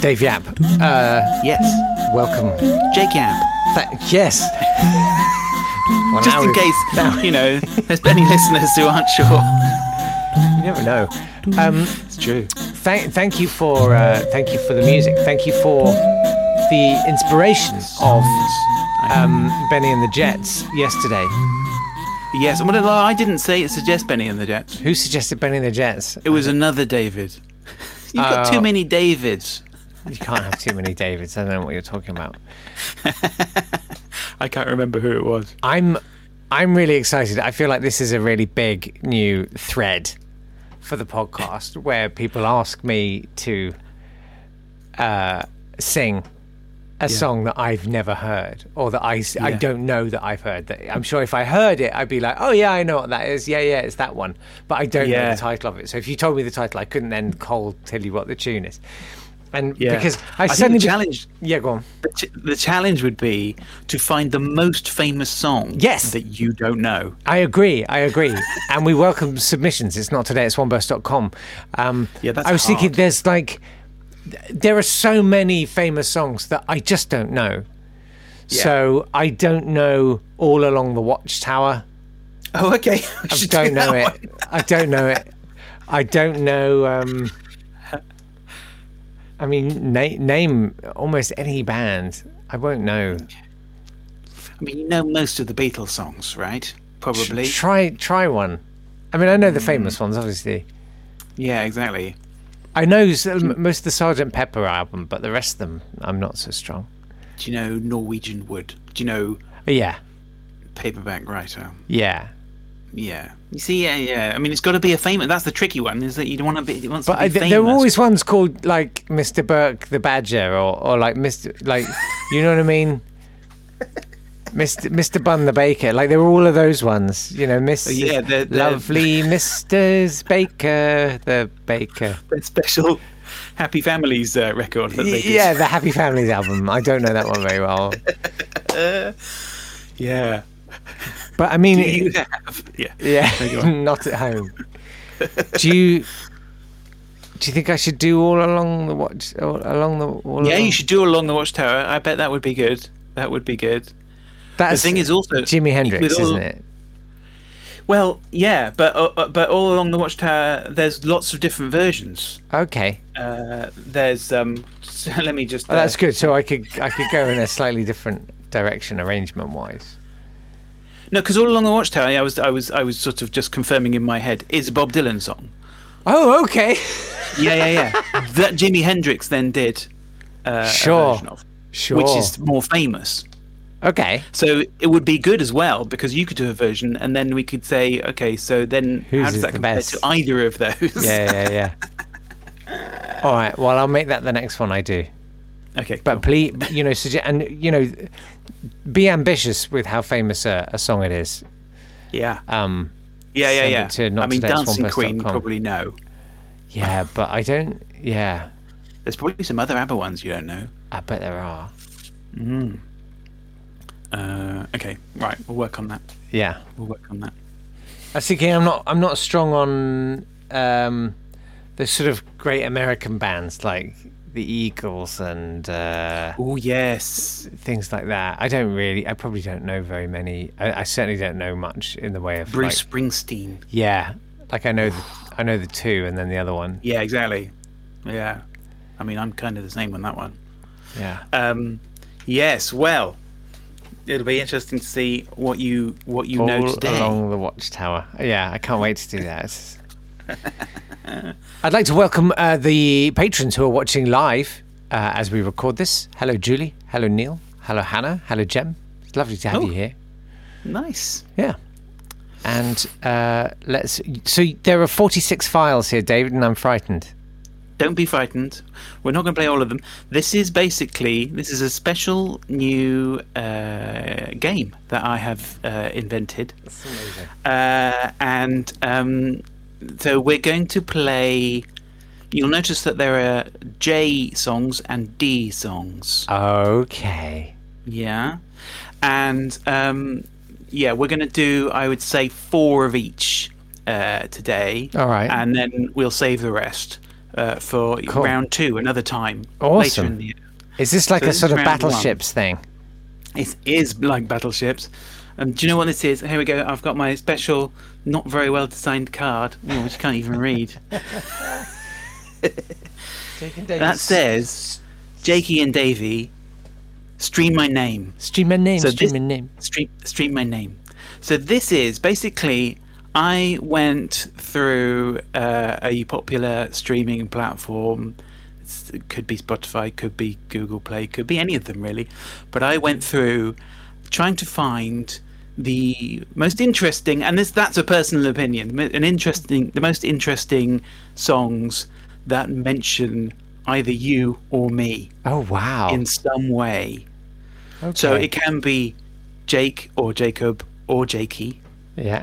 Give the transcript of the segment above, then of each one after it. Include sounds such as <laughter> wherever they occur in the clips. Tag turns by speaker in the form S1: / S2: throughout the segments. S1: Dave Yap. Uh,
S2: Yes.
S1: welcome.
S2: Jake Yap.
S1: Tha- yes. Well,
S2: Just
S1: now
S2: in
S1: we've-
S2: case, you know, <laughs> there's many listeners who
S1: <laughs>
S2: aren't sure.
S1: You never know. Um,
S2: It's true.
S1: thank, thank you for uh, thank you for the music. Thank you for the inspiration of
S2: Uh,
S1: um, Benny and the Jets yesterday.
S2: Yes, well, no, I didn't say suggest Benny and the Jets.
S1: Who suggested Benny and the Jets?
S2: It was another David. You've got
S1: Oh.
S2: too many Davids.
S1: You can't have too many Davids. I don't know what you're talking about.
S2: <laughs> I can't remember who it was.
S1: I'm I'm really excited. I feel like this is a really big new thread for the
S2: <laughs>
S1: podcast where people ask me to uh, sing a song that I've never heard or that I, s- I
S2: Yeah.
S1: don't know that I've heard. That I'm sure if I heard it, I'd be like, oh yeah, I know what that is. Yeah, yeah, it's that one. But I don't know
S2: Yeah.
S1: the title of it. So if you told me the title, I couldn't then cold tell you what the tune is. And
S2: Yeah.
S1: because I,
S2: I think the
S1: suddenly be-
S2: challenge-
S1: Yeah, go on.
S2: The, ch- the challenge would be to find the most famous song
S1: Yes.
S2: that you don't know.
S1: I agree. I agree. <laughs> and we welcome submissions. It's not today. It's oneburst.com. Um,
S2: Yeah, that's
S1: I was thinking
S2: hard.
S1: there's like, there are so many famous songs that I just don't know. So I don't know All Along the Watchtower.
S2: Oh, okay. <laughs> We
S1: I
S2: should do
S1: don't know
S2: that
S1: it.
S2: one.
S1: I don't know it. I don't know. Um, I mean, na- name almost any band. I won't know.
S2: I mean, you know most of the Beatles songs, right? Probably.
S1: Try try one. I mean, I know the famous
S2: Hmm.
S1: ones, obviously.
S2: Yeah, exactly.
S1: I know s- m- most of the Sergeant Pepper album, but the rest of them, I'm not so strong.
S2: Do you know Norwegian Wood? Do you know
S1: But yeah,
S2: Paperback Writer?
S1: yeah.
S2: Yeah. You see, yeah, yeah. I mean, it's got to be a famous. That's the tricky one, is that you don't want to be. It wants
S1: But
S2: to be
S1: I, th-
S2: famous.
S1: there were always ones called like Mr. Burke the Badger, or or like Mr. like <laughs> you know what I mean. Mr. Mr. Bun the Baker, like there were all of those ones, you know. Miss
S2: Oh, yeah, they're- they're- <laughs>
S1: lovely Mrs. Baker, the Baker.
S2: Their special <laughs> Happy Families uh, record. That they did.
S1: Yeah, the Happy Families album. I don't know that one very well,
S2: Yeah.
S1: but I mean,
S2: You have. Yeah.
S1: <laughs> Yeah, not at home. do you do you think I should do all along the watch all, along the all
S2: Yeah,
S1: along?
S2: you should do Along the Watchtower. I bet that would be good. That would be good.
S1: That's
S2: the thing is also
S1: Jimi Hendrix,
S2: with all-
S1: isn't it?
S2: Well, yeah, but uh, uh, but all along the Watchtower, there's lots of different versions.
S1: Okay,
S2: Uh, there's um, <laughs> so let me just.
S1: Oh, that's
S2: uh,
S1: good. So I could I could go in a slightly different direction arrangement wise.
S2: No, because all along the Watchtower, I was I was I was sort of just confirming in my head is a Bob Dylan song.
S1: Oh, okay.
S2: Yeah, yeah,
S1: <laughs>
S2: yeah. that Jimi Hendrix then did. Uh, a
S1: Sure.
S2: version of,
S1: Sure.
S2: Which is more famous.
S1: okay.
S2: So it would be good as well because you could do a version, and then we could say, okay, so then
S1: Whose
S2: how
S1: is
S2: does that
S1: the
S2: compare
S1: best?
S2: to either of those?
S1: Yeah, yeah, yeah. all right. Well, I'll make that the next one I do.
S2: <laughs> Okay.
S1: But please, you know, suggest and you know, be ambitious with how famous a, a song it is.
S2: yeah.
S1: Um,
S2: yeah, yeah,
S1: send
S2: yeah.
S1: it to not
S2: I mean,
S1: today's
S2: Dancing
S1: onepress.com.
S2: Queen, you probably know.
S1: Yeah, but I don't. Yeah,
S2: There's probably some other ABBA ones you don't know.
S1: I bet there are.
S2: Uh, okay, right. We'll work on that.
S1: Yeah,
S2: We'll work on that.
S1: I was thinking I'm not. I'm not strong on um, the sort of great American bands like the Eagles and uh,
S2: Oh yes.
S1: things like that. I don't really. I probably don't know very many. I, I certainly don't know much in the way of
S2: Bruce
S1: Like,
S2: Springsteen.
S1: yeah, like I know the, I know the two, and then the other one.
S2: Yeah, exactly. Yeah. I mean, I'm kind of the same on that one.
S1: Yeah.
S2: Um, yes. Well, it'll be interesting to see what you what you know
S1: All
S2: today.
S1: along the watchtower. Yeah, I can't wait to do that. It's- <laughs> I'd like to welcome uh, the patrons who are watching live uh, as we record this. Hello, Julie. Hello, Neil. Hello, Hannah. Hello, Jem. It's lovely to have
S2: Oh.
S1: you here.
S2: Nice.
S1: Yeah. And uh, let's. So there are 46 files here, David, and I'm frightened.
S2: Don't be frightened. We're not going to play all of them. This is basically this is a special new uh, game that I have uh, invented, uh, and um, so we're going to play. You'll notice that there are J songs and D songs.
S1: Okay.
S2: Yeah, and um, yeah, we're going to do I would say four of each uh, today.
S1: All right.
S2: and then we'll save the rest uh, for round two another time later
S1: Awesome.
S2: in the year.
S1: Is this like
S2: So
S1: a
S2: this is
S1: sort of
S2: round one.
S1: battleships thing?
S2: It is like battleships. And do you know what this is? Here we go. I've got my special, not very well designed card, oh, which you can't
S1: <laughs>
S2: even read. that says, "Jakey and Davy, stream my name."
S1: Stream my name, stream
S2: this-
S1: my name.
S2: Stream, stream my name. So this is basically I went through uh, a popular streaming platform. It's- It could be Spotify, could be Google Play, could be any of them really. But I went through trying to find the most interesting, and this that's a personal opinion. m- An interesting, the most interesting songs that mention either you or me
S1: Oh, wow.
S2: in some way. So
S1: Okay.
S2: it can be Jake or Jacob or Jakey,
S1: Yeah.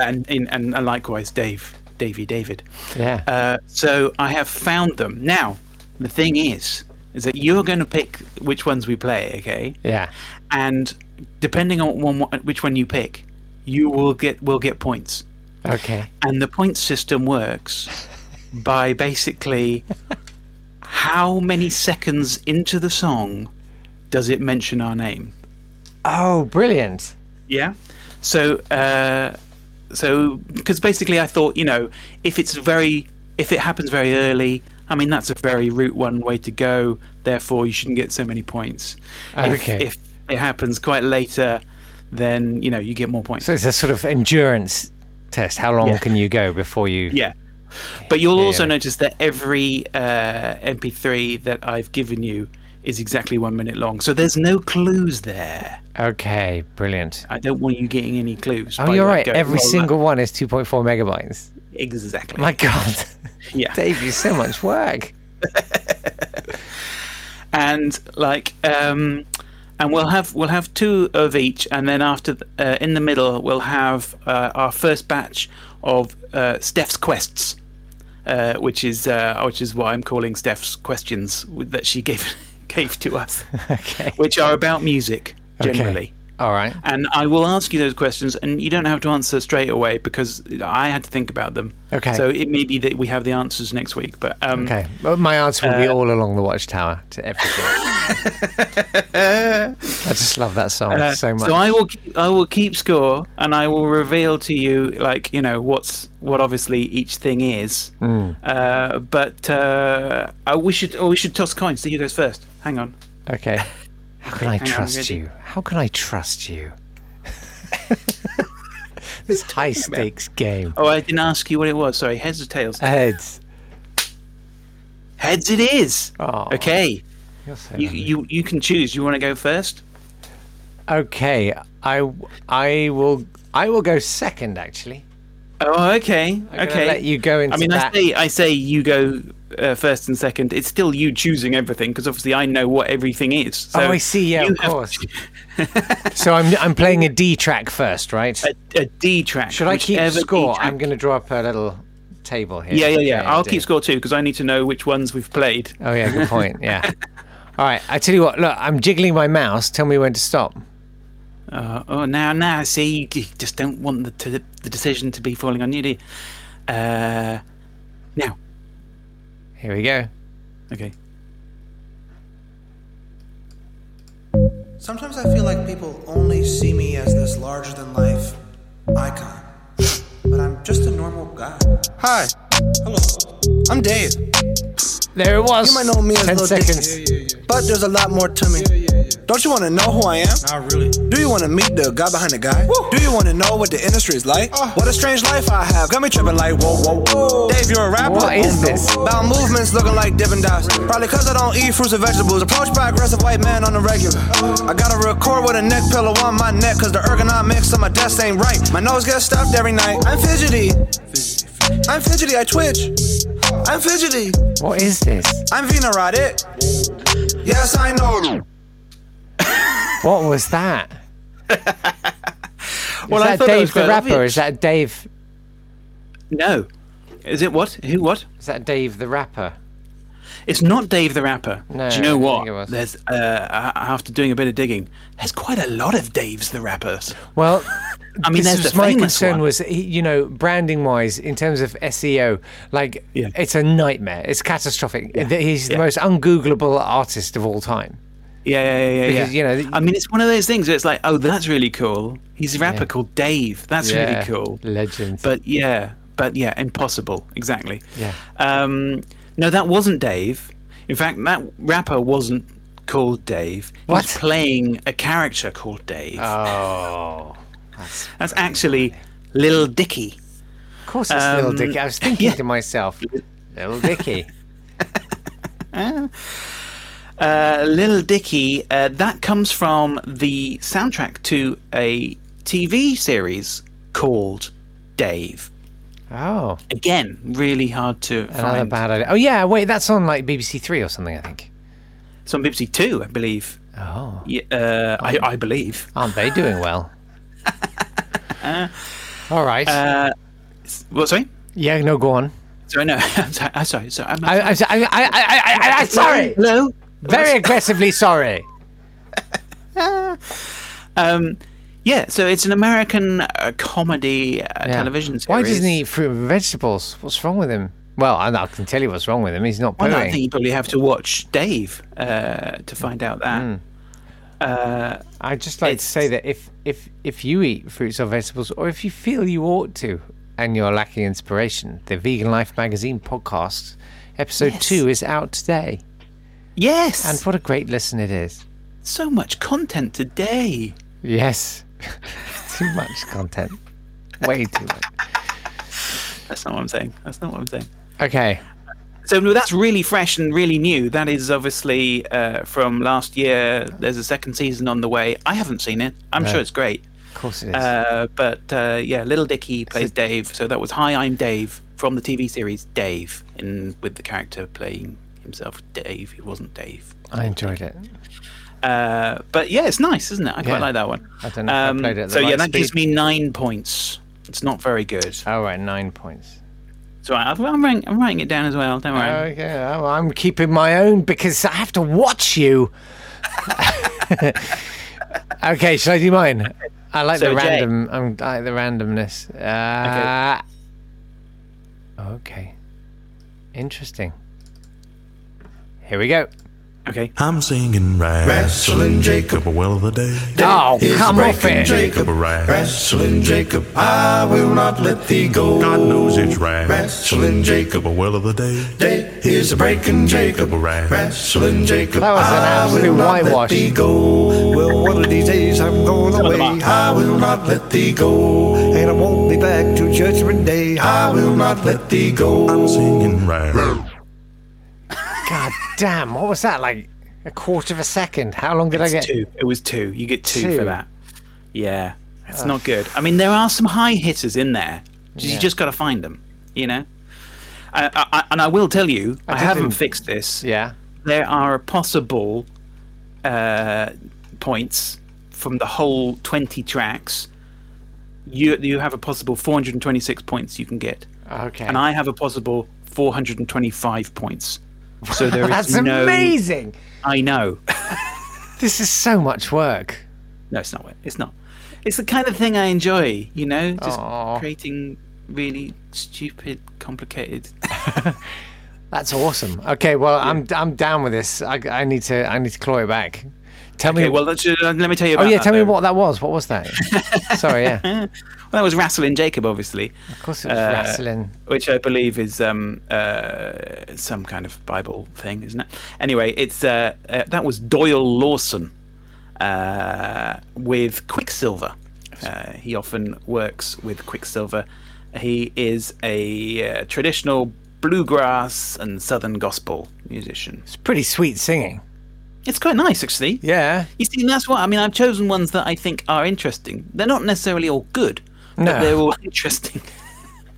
S2: and in, and and likewise Dave, Davy, David.
S1: Yeah.
S2: Uh, so I have found them. Now the thing is, is that you're going to pick which ones we play, okay?
S1: yeah.
S2: And depending on one, which one you pick, you will get will get points.
S1: Okay.
S2: And the point system works by basically how many seconds into the song does it mention our name?
S1: Oh, brilliant.
S2: Yeah. So, uh, so because basically, I thought, you know, if it's very, if it happens very early, I mean, that's a very route one way to go. Therefore, you shouldn't get so many points. If-
S1: Okay.
S2: If, it happens quite later, then you know you get more points.
S1: So it's a sort of endurance test. How long
S2: Yeah.
S1: can you go before you?
S2: yeah. But you'll also
S1: yeah.
S2: notice that every uh, MP3 that I've given you is exactly one minute long. So there's no clues there.
S1: Okay, brilliant.
S2: I don't want you getting any clues.
S1: Oh,
S2: by
S1: you're
S2: like,
S1: right.
S2: going,
S1: Every
S2: "Well, that-"
S1: single one is 2.4 megabytes.
S2: exactly.
S1: My God, <laughs>
S2: yeah.
S1: Dave, you so much work.
S2: and like um and we'll have we'll have two of each and then after th- uh, in the middle we'll have uh, our first batch of uh, steph's quests uh, which is uh, which is why i'm calling steph's questions w- that she gave <laughs> gave to us
S1: <laughs> Okay.
S2: which are about music generally
S1: All right.
S2: And I will ask you those questions, and you don't have to answer straight away because I had to think about them.
S1: Okay.
S2: So it may be that we have the answers next week, but um,
S1: Okay. Well, my answer will be
S2: Uh,
S1: all along the watchtower to
S2: <laughs>
S1: everything. I just love that song
S2: Uh,
S1: so much.
S2: So I will keep, I will keep score, and I will reveal to you like you know what's what obviously each thing is.
S1: Hmm.
S2: Uh, but uh, I, we should oh, we should toss coins. So you goes first. Hang on.
S1: okay. How can I
S2: I'm
S1: trust
S2: ready.
S1: you? How can I trust you? <laughs> this high stakes game.
S2: Oh, I didn't ask you what it was. Sorry. Heads or tails?
S1: Uh, Heads.
S2: Heads. It is.
S1: Aw.
S2: Okay.
S1: You're so
S2: You, you you can choose. You want to go first?
S1: Okay, I I will I will go second actually.
S2: Oh, okay.
S1: I'm gonna
S2: okay.
S1: let you go into
S2: I mean,
S1: that.
S2: I say I say you go uh, first and second. It's still you choosing everything because obviously I know what everything is. So
S1: oh, I see. Yeah,
S2: you
S1: of
S2: have
S1: course.
S2: <laughs>
S1: so I'm I'm playing a D track first, right?
S2: a, a D track.
S1: Should I keep
S2: Uh, whichever D
S1: score?
S2: track-
S1: I'm going to draw up a little table here.
S2: yeah, yeah, yeah.
S1: Okay,
S2: I'll
S1: D.
S2: keep score too because I need to know which ones we've played.
S1: Oh yeah, good point.
S2: <laughs>
S1: Yeah. All right. I tell you what. Look, I'm jiggling my mouse. Tell me when to stop.
S2: Uh, oh, now, now, see, you g- just don't want the t- the decision to be falling on you, do you? Uh, now,
S1: Here we go.
S2: okay.
S3: Sometimes I feel like people only see me as this larger than life icon. But I'm just a normal guy. Hi. Hello. I'm Dave.
S1: There it was.
S3: You might know me as
S1: ten
S3: Lil Dicky.
S1: seconds.
S3: But there's a lot more to me. Don't you want to know who I am? Not really. Do you want to meet the guy behind the guy? Do you want to know what the industry is like? What a strange life I have. Got me tripping like whoa, whoa, Ah. whoa. Dave, you're a rapper. Oh,
S1: What is this?
S3: About movements looking like Dippin' Dots. Probably cause I don't eat fruits and vegetables. Approached by aggressive white man on the regular. I gotta record with a neck pillow on my neck cause the ergonomics on my desk ain't right. My nose gets stuffed every night. I'm fidgety. I'm fidgety, Ah. I twitch. I'm fidgety.
S1: What is this?
S3: I'm Venerodic. Yes, I know.
S1: What was that?
S2: Well,
S1: is
S2: I
S1: that
S2: thought it was
S1: Dave the
S2: quite
S1: rapper? Or
S2: obvious.
S1: is that Dave?
S2: No. Is it what? Who what?
S1: Is that Dave the rapper?
S2: It's not Dave the Rapper.
S1: No,
S2: Do you
S1: I
S2: know
S1: didn't
S2: what?
S1: think it was.
S2: There's uh, a- after doing a bit of digging, there's quite a lot of Dave's the Rappers.
S1: Well,
S2: I mean,
S1: this
S2: there's
S1: was
S2: the
S1: my
S2: famous
S1: concern
S2: one.
S1: was he- you know branding wise in terms of SEO, like
S2: Yeah.
S1: it's a nightmare. It's catastrophic. Th- He's
S2: Yeah.
S1: the most ungoogleable artist of all time.
S2: Yeah, yeah, yeah, yeah.
S1: Because,
S2: yeah.
S1: you know,
S2: I mean, it's one of those things where it's like, oh, that's really cool. He's a rapper
S1: Yeah.
S2: called Dave. That's
S1: Yeah,
S2: really cool.
S1: legend.
S2: But yeah, but yeah, impossible. Exactly.
S1: Yeah.
S2: Um, no, that wasn't Dave. In fact, that rapper wasn't called Dave. He
S1: What?
S2: was playing a character called Dave. <laughs>
S1: Oh,
S2: that's actually Lil Dicky.
S1: of course it's Little
S2: Um,
S1: Dicky. I was thinking to
S2: <laughs>
S1: myself, Little Dicky.
S2: Uh, Little Dicky, uh, that comes from the soundtrack to a TV series called Dave.
S1: Oh,
S2: Again, really hard to
S1: another
S2: find.
S1: bad idea. Oh yeah, wait, that's on like BBC Three or something, I think.
S2: It's on BBC Two, I believe.
S1: Oh,
S2: Yeah, uh, I, I believe.
S1: aren't they doing
S2: <laughs>
S1: well? Uh, all right.
S2: uh, What? Sorry.
S1: yeah, no, go on.
S2: Sorry, no. <laughs> I'm sorry. I'm sorry. sorry I'm
S1: I, I, I, I, I, I, I, I
S2: <laughs>
S1: sorry.
S2: Hello.
S1: Very aggressively sorry.
S2: Yeah. So it's an American uh, comedy uh,
S1: Yeah.
S2: television series.
S1: Why doesn't he eat fruit and vegetables? What's wrong with him? Well, I, I can tell you what's wrong with him. He's not
S2: Well,
S1: pooing.
S2: no, I think you probably have to watch Dave uh, to find out that.
S1: Hmm. I'd just like to say that if, if, if you eat fruits or vegetables, or if you feel you ought to, and you're lacking inspiration, the Vegan Life Magazine podcast, episode two, is out today.
S2: Yes.
S1: And
S2: And
S1: what a great listen it is.
S2: so much content today. <laughs>
S1: Yes. too much content. Way too much.
S2: That's not what I'm saying. That's not what I'm saying.
S1: Okay.
S2: So no, that's really fresh and really new. That is obviously uh, from last year. There's a second season on the way. I haven't seen it. I'm sure it's great.
S1: Of course it is.
S2: Uh, but uh, yeah, Little Dicky plays Dave. So that was Hi, I'm Dave from the TV series Dave, in with the character playing himself Dave. He wasn't Dave.
S1: I enjoyed it.
S2: Uh, but yeah, it's nice, isn't it? I quite
S1: Yeah.
S2: like that one. Um,
S1: I don't know if I played it at the
S2: so yeah,
S1: right
S2: that gives me
S1: speed.
S2: nine points. It's not very good.
S1: All right, nine points.
S2: So I, I'm, writing, I'm writing it down as well. Don't worry.
S1: Okay, I'm- Oh, I'm keeping my own because I have to watch you. <laughs> okay, shall I do mine? I like
S2: So,
S1: the
S2: Jay.
S1: random. I'm, I like the randomness. Uh, okay. Interesting. Here we go.
S2: Okay.
S4: I'm singing right.
S3: Wrestling Jacob.
S4: a well of the day.
S1: Oh, come off
S4: breaking
S1: it!
S4: Jacob right.
S3: Wrestling Jacob, I will not let thee go.
S4: God knows it's right.
S3: Wrestling Jacob.
S4: a well of the day.
S3: Day is a breaking Jacob.
S4: right.
S3: Wrestling Jacob.
S1: That was an
S3: I
S1: absolute
S3: will not
S1: whitewash.
S3: Let thee go. Well, one of these days I'm going away. I will not let thee go. And I won't be back till judgment day. I will not let thee go.
S4: I'm singing right.
S1: God damn! What was that like? A quarter of a second. How long did I get?
S2: two. It was two. You get two,
S1: Two.
S2: for that. Yeah, it's not good. I mean, there are some high hitters in there. You just got to find them. You know. I, I, I, and I will tell you, I, haven't
S1: didn't-
S2: fixed this.
S1: Yeah.
S2: There are possible uh, points from the whole 20 tracks. You you have a possible 426 points you can get,
S1: Okay.
S2: and I have a possible 425 points.
S1: <laughs>
S2: So there is
S1: That's
S2: no.
S1: amazing.
S2: I know.
S1: This is so much work.
S2: No, it's not. wet. It's not. It's the kind of thing I enjoy, you know, just
S1: Aw.
S2: creating really stupid, complicated.
S1: That's awesome. Okay, well, I'm I'm down with this. I, I need to I need to claw it back. Tell
S2: Okay,
S1: me.
S2: <laughs> well, let's, uh, let me tell you
S1: oh
S2: about
S1: yeah,
S2: that,
S1: tell me
S2: though.
S1: what that was. What was
S2: <laughs>
S1: that? Sorry, yeah.
S2: Well, that was Wrestling Jacob, obviously.
S1: Of course, it was
S2: Uh,
S1: wrestling.
S2: which I believe is um, uh, some kind of Bible thing, isn't it? Anyway, it's uh, uh, that was Doyle Lawson uh, with Quicksilver. Uh, he often works with Quicksilver. He is a uh, traditional bluegrass and southern gospel musician.
S1: It's pretty sweet singing.
S2: It's quite nice, actually.
S1: Yeah.
S2: You see, that's what I mean. I've chosen ones that I think are interesting. They're not necessarily all good,
S1: No.
S2: but they're all <laughs> interesting.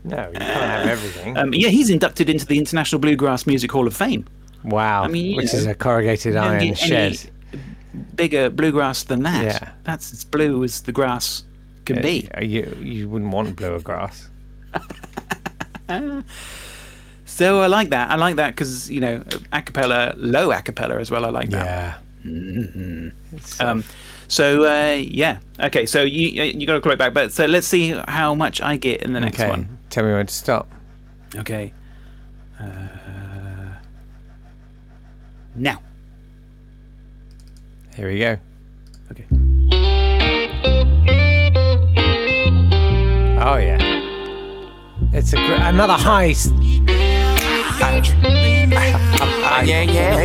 S1: No, you can't have everything.
S2: Um, yeah, he's inducted into the International Bluegrass Music Hall of Fame.
S1: wow.
S2: I mean, you
S1: which
S2: know,
S1: is a corrugated
S2: don't
S1: iron
S2: get any
S1: shed.
S2: bigger bluegrass than that.
S1: Yeah.
S2: That's as blue as the grass can be.
S1: Uh, You you wouldn't want blower grass.
S2: So I like that. I like that because, you know, a cappella, low a cappella as well. I like that.
S1: Yeah.
S2: Um, so, uh, yeah. Okay. So you, uh, you got to call it back. But so let's see how much I get in the next
S1: Okay.
S2: one.
S1: Tell me when to stop.
S2: Okay. Uh, now.
S1: Here we go.
S2: Okay.
S1: Oh yeah. It's a gr- another high. s-
S5: Yeah, yeah, yeah, yeah.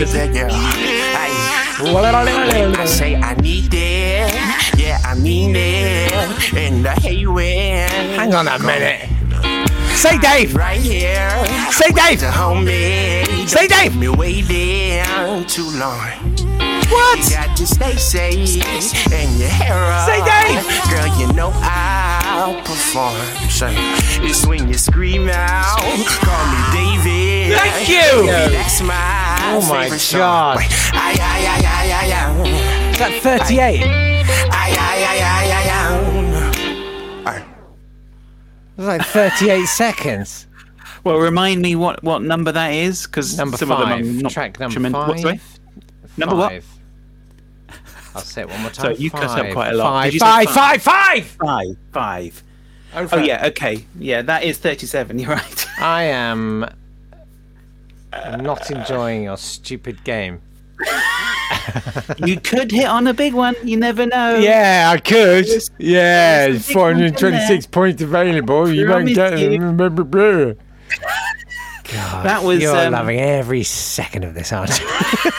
S5: I, I say I need it. Yeah, I mean it. In the hayward.
S1: Hang on a minute. Say Dave.
S5: Right here.
S1: Say Dave.
S5: The homie.
S1: Say Dave.
S5: Me waiting too long. You
S1: What?
S5: got to stay safe and your hair up.
S1: Say Dave.
S5: Girl, you know I'll perform. Say, it's when you scream out. Call me David.
S1: Thank you.
S5: That's my
S1: Oh my
S5: favorite song.
S1: God.
S5: Wait. Ay, ay, ay, ay, ay, ay.
S1: Is that 38?
S5: Ay, ay, ay, ay, ay, ay.
S1: That's like 38 seconds.
S2: Well, remind me what, what number that is because some
S1: Number
S2: of them
S1: five.
S2: I'm not
S1: Track number
S2: tremen-
S1: five.
S2: What, sorry? Number what?
S1: Five. I'll say it one more
S2: So
S1: time.
S2: you cut up
S1: Five.
S2: quite a lot.
S1: Five,
S2: Did you say
S1: five, five,
S2: five?
S1: five!
S2: Five. Five. Oh
S1: Over.
S2: yeah, okay. Yeah, that is 37. <laughs> You're right.
S1: I am uh, not enjoying your stupid game.
S2: you could hit on a big one. You never know.
S1: Yeah, I could. Yeah,
S2: there's a big one in 426
S1: points available.
S2: You won't get Promise you.
S1: them.
S2: that was.
S1: You're
S2: Um,
S1: loving every second of this, aren't you? <laughs>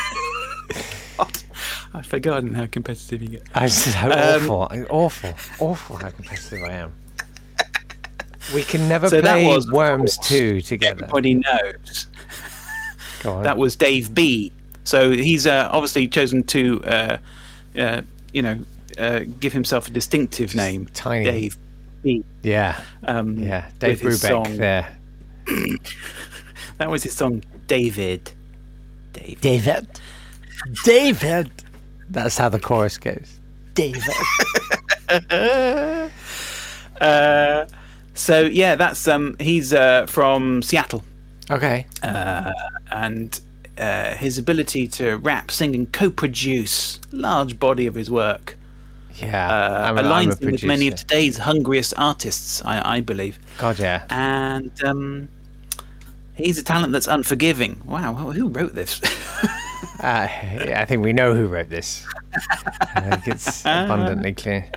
S2: I've forgotten how competitive you get.
S1: I'm so
S2: Um,
S1: awful. I'm awful. Awful how competitive I am. We can never
S2: So that
S1: play
S2: was, of
S1: Worms
S2: course,
S1: 2 together.
S2: Everybody knows
S1: Go on.
S2: that was Dave B. So he's uh, obviously chosen to, uh, uh, you know, uh, give himself a distinctive name.
S1: tiny.
S2: Dave B.
S1: yeah.
S2: Um,
S1: Yeah. Dave
S2: with his
S1: Brubeck
S2: song-
S1: there.
S2: That was his song, David. David.
S1: David. David. That's how the chorus goes. David.
S2: Uh, so yeah, that's um, he's uh, from Seattle.
S1: Okay.
S2: and uh, his ability to rap, sing, and co-produce large body of his work
S1: Yeah.
S2: uh,
S1: I'm, a- I'm a
S2: aligns him with
S1: producer.
S2: many of today's hungriest artists, I, I believe.
S1: God,
S2: <laughs>
S1: yeah.
S2: And um, he's a talent that's unforgiving. Wow, who who wrote this? <laughs>
S1: Uh, yeah, I think we know who wrote this. I think it's
S2: Ah.
S1: abundantly clear.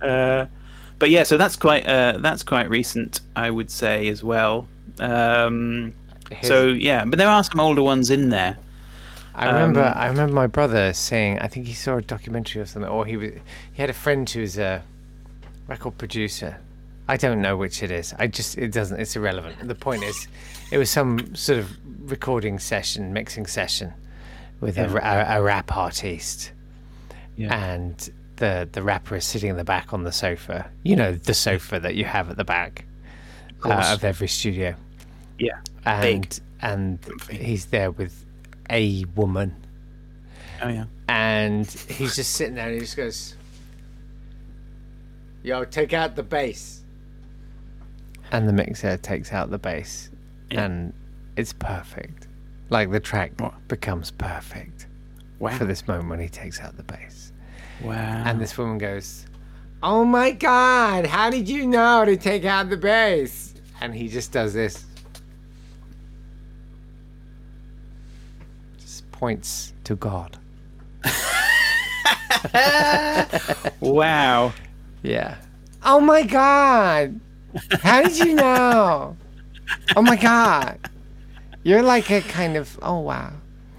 S2: but yeah, so that's quite uh, that's quite recent, I would say as well. Um, so yeah, but there are some older ones in there.
S1: I remember, I remember my brother saying, I think he saw a documentary of something, or he was, he had a friend who was a record producer. I don't know which it is. I just, it doesn't, it's irrelevant. The point is, it was some sort of recording session, mixing session with a, ra- a, a rap artist. And the, the rapper is sitting in the back on the sofa, you know, the sofa that you have at the back uh, of every studio
S2: Yeah,
S1: and
S2: Big.
S1: and he's there with a woman,
S2: oh yeah.
S1: and he's just sitting there, and he just goes, "Yo, take out the bass," and the mixer takes out the bass, and it's perfect. Like the track becomes perfect
S2: Wow.
S1: for this moment when he takes out the bass,
S2: Wow.
S1: and this woman goes, "Oh my God, how did you know to take out the bass?" And he just does this. just points to God.
S2: Wow.
S1: Yeah. Oh my god! How did you know? Oh my god! You're like a kind of oh wow.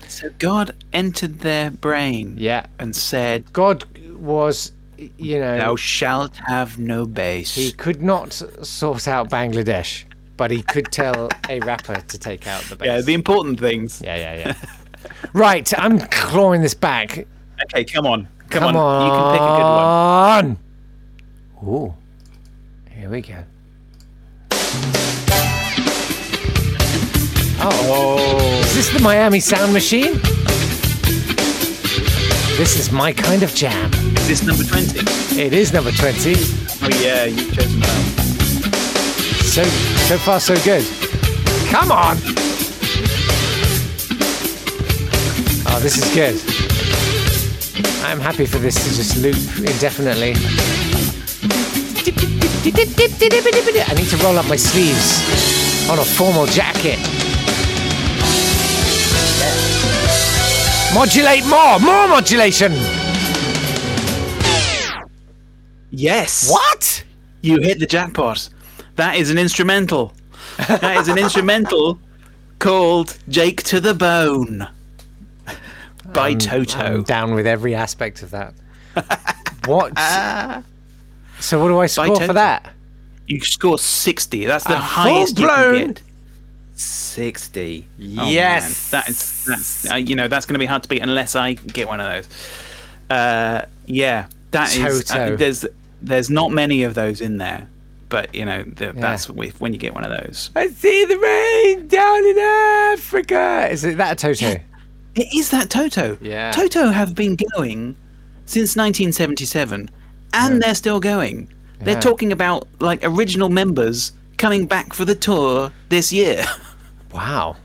S2: So God entered their brain
S1: Yeah.
S2: and said,
S1: God was, you know,
S2: Thou shalt have no base.
S1: he could not sort out Bangladesh, but he could tell a rapper to take out the bass.
S2: yeah, the important things.
S1: yeah, yeah, yeah. right, I'm clawing this back.
S2: Okay, come on. Come,
S1: Come
S2: You can pick a good one.
S1: on. Ooh. Here we go. Oh. Is this the Miami Sound Machine? This is my kind of jam.
S2: Is this number 20?
S1: It is number 20.
S2: Oh, yeah, you've chosen that. one.
S1: So so far so good. Come on. Oh, this is good. I'm happy for this to just loop indefinitely. I need to roll up my sleeves on a formal jacket. Modulate more, more modulation.
S2: Yes.
S1: What?
S2: You hit the jackpot. That is an instrumental. That is an instrumental called Jake to the Bone by
S1: I'm
S2: Toto.
S1: down with every aspect of <laughs> that. what? Ah. So what do I score
S2: Toto.
S1: for that?
S2: You score 60. That's the
S1: A
S2: highest you
S1: full-blown-
S2: can get. 60. yes. Oh, That is, that's, uh, you know, that's going to be hard to beat unless I get one of those. Uh, yeah. that is. uh,
S1: Toto.
S2: there's, there's not many of those in there. But, you know, the, that's with, when you get one of those.
S1: I see the rain down in Africa. Is it that Toto?
S2: It is that Toto.
S1: Yeah.
S2: Toto have been going since 1977, and they're still going. They're talking about like original members coming back for the tour this year. <laughs>
S1: wow.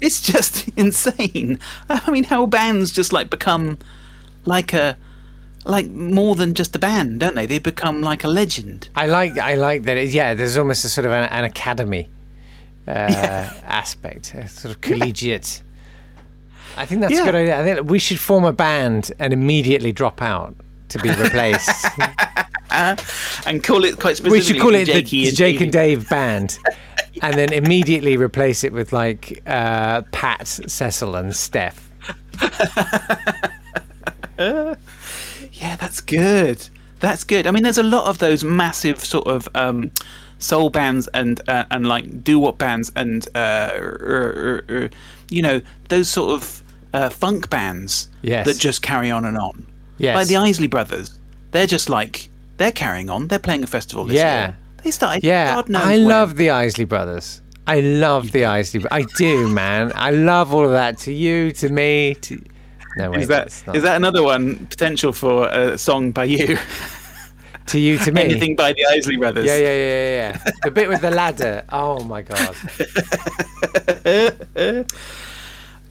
S2: It's just <laughs> insane. I mean, how bands just like become like a like more than just a band, don't they? They become like a legend.
S1: I like I like that. It, yeah, there's almost a sort of an, an academy uh, aspect, a sort of collegiate. I think that's
S2: Yeah.
S1: a good idea. I think we should form a band and immediately drop out to be <laughs> replaced.
S2: And call it quite specifically.
S1: we should call it the
S2: Jakey and
S1: Jake and
S2: Davey.
S1: Dave band, and then immediately replace it with like uh, Pat, Cecil, and Steph.
S2: Yeah, that's good. That's good. I mean, there's a lot of those massive sort of um, soul bands and uh, and like do what bands and uh, er, er, er, you know those sort of uh, funk bands
S1: Yes.
S2: that just carry on and on.
S1: Yes.
S2: Like the Isley Brothers, they're just like they're carrying on. They're playing a festival this
S1: Yeah.
S2: year. They started.
S1: Yeah,
S2: God knows
S1: I
S2: when.
S1: love the Isley Brothers. I love the Isley. Bro- I do, man. I love all of that. To you, to me. To... No wait,
S2: Is that
S1: that's
S2: is
S1: not-
S2: that another one potential for a song by you? <laughs>
S1: to you, to me?
S2: Anything by the Isley Brothers?
S1: Yeah, yeah, yeah, yeah, yeah. the bit with the ladder. Oh my
S2: <laughs>
S1: god.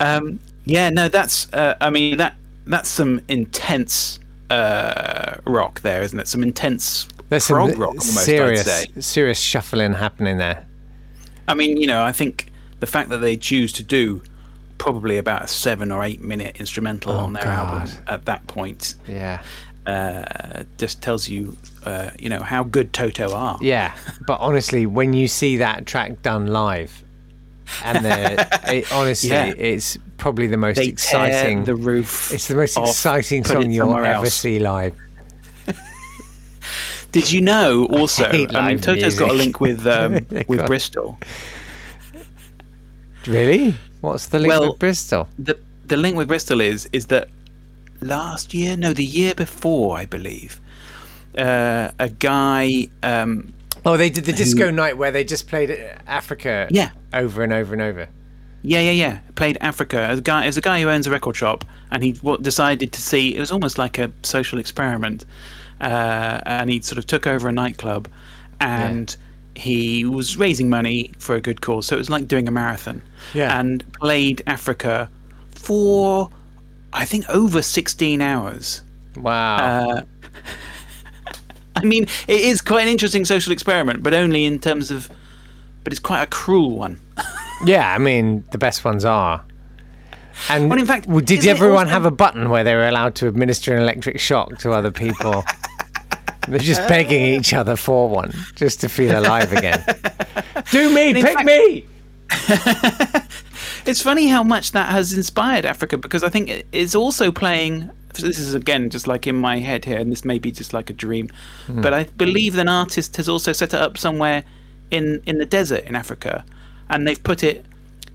S2: Um, yeah, no, that's. Uh, I mean, that that's some intense uh, rock there, isn't it? Some intense
S1: There's some
S2: prog rock, almost.
S1: serious,
S2: I'd say.
S1: serious shuffling happening there.
S2: I mean, you know, I think the fact that they choose to do probably about a seven or eight minute
S1: Oh,
S2: instrumental on their album at that point
S1: Yeah,
S2: uh, just tells you, uh, you know, how good Toto are.
S1: yeah. But honestly, when you see that track done live, and <laughs> the- it, honestly,
S2: Yeah.
S1: it's probably the most
S2: They
S1: exciting.
S2: tear the roof.
S1: it's the most
S2: off,
S1: exciting
S2: put it
S1: song you'll
S2: somewhere
S1: ever
S2: else.
S1: see live.
S2: Did you
S1: <laughs>
S2: know also? I,
S1: hate
S2: mean,
S1: live
S2: Toto's got a
S1: music.
S2: link with
S1: <laughs>
S2: um, with
S1: God.
S2: Bristol.
S1: Really? What's the link
S2: Well-
S1: with Bristol?
S2: the the link with Bristol is is that last year, no, the year before, I believe, uh, a guy, um,
S1: Oh, they did the disco night where they just played uh, Africa
S2: Yeah.
S1: over and over and over.
S2: yeah, yeah, yeah, played Africa. A guy, it was a guy who owns a record shop, and he what, decided to see. It was almost like a social experiment, uh, and he sort of took over a nightclub, and. He was raising money for a good cause, so it was like doing a marathon.
S1: Yeah.
S2: And played Africa for, I think, over 16 hours.
S1: Wow.
S2: I mean, it is quite an interesting social experiment, but only in terms of. But it's quite a cruel one.
S1: yeah, I mean, the best ones are. And
S2: well, in fact,
S1: w- did
S2: isn't it
S1: everyone
S2: also-
S1: have a button where they were allowed to administer an electric shock to other
S2: <laughs>
S1: people? They're just begging each other for one, just to feel alive
S2: <laughs>
S1: again. Do me,
S2: in
S1: pick
S2: fact-
S1: me.
S2: It's funny how much that has inspired Africa because I think it- it's also playing. This is again just like in my head here, and this may be just like a dream, but I believe an artist has also set it up somewhere in in the desert in Africa, and they've put it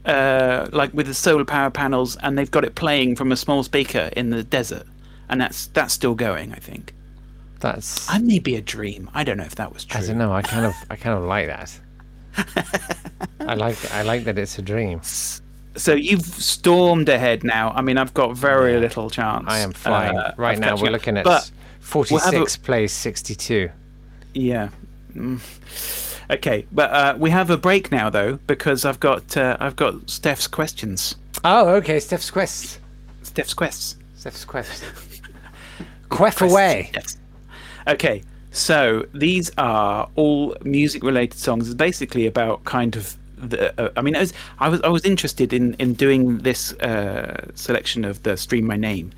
S2: uh, like with the solar power panels, and they've got it playing from a small speaker in the desert, and that's that's still going. I think
S1: That's
S2: I may be a dream. I don't know if that was true.
S1: I don't know. I kind of I kind of like that. I like I like that it's a dream.
S2: So you've stormed ahead now. I mean, I've got very little chance.
S1: I am flying
S2: <laughs> uh,
S1: right
S2: of
S1: now.
S2: catching
S1: We're
S2: up.
S1: looking at
S2: But- we'll
S1: 46
S2: have a-
S1: plays 62.
S2: Yeah. Mm. Okay, but uh, we have a break now though because I've got uh, I've got Steph's questions.
S1: Oh, okay. Steph's quest.
S2: Steph's quests.
S1: Steph's
S2: <laughs>
S1: quest. Queff away.
S2: Yes. Okay. So these are all music-related songs. It's basically about kind of the. Uh, I mean, I was, I was I was interested in in doing this uh, selection of the stream my name.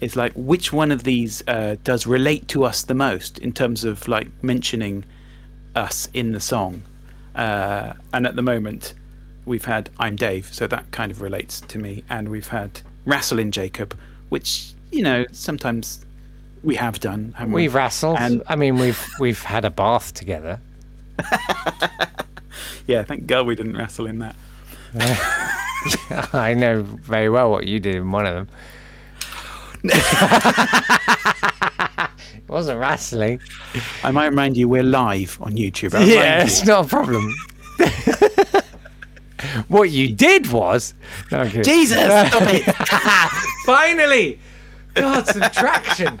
S2: It's like which one of these uh, does relate to us the most in terms of like mentioning us in the song. Uh, and at the moment, we've had I'm Dave, so that kind of relates to me. And we've had Rasslin' Jacob, which you know sometimes we have done. haven't we?
S1: We've wrestled.
S2: And
S1: I mean, we've we've had a bath together. <laughs>
S2: yeah, thank God we didn't wrestle in that.
S1: I know very well what you did in one <laughs> of them. it wasn't wrestling.
S2: I might remind you, we're live on YouTube. I'll remind
S1: it's not a problem. <laughs> what you did was. No, I'm kidding.
S2: you. Jesus, stop it.
S1: <laughs> Finally! God, some traction.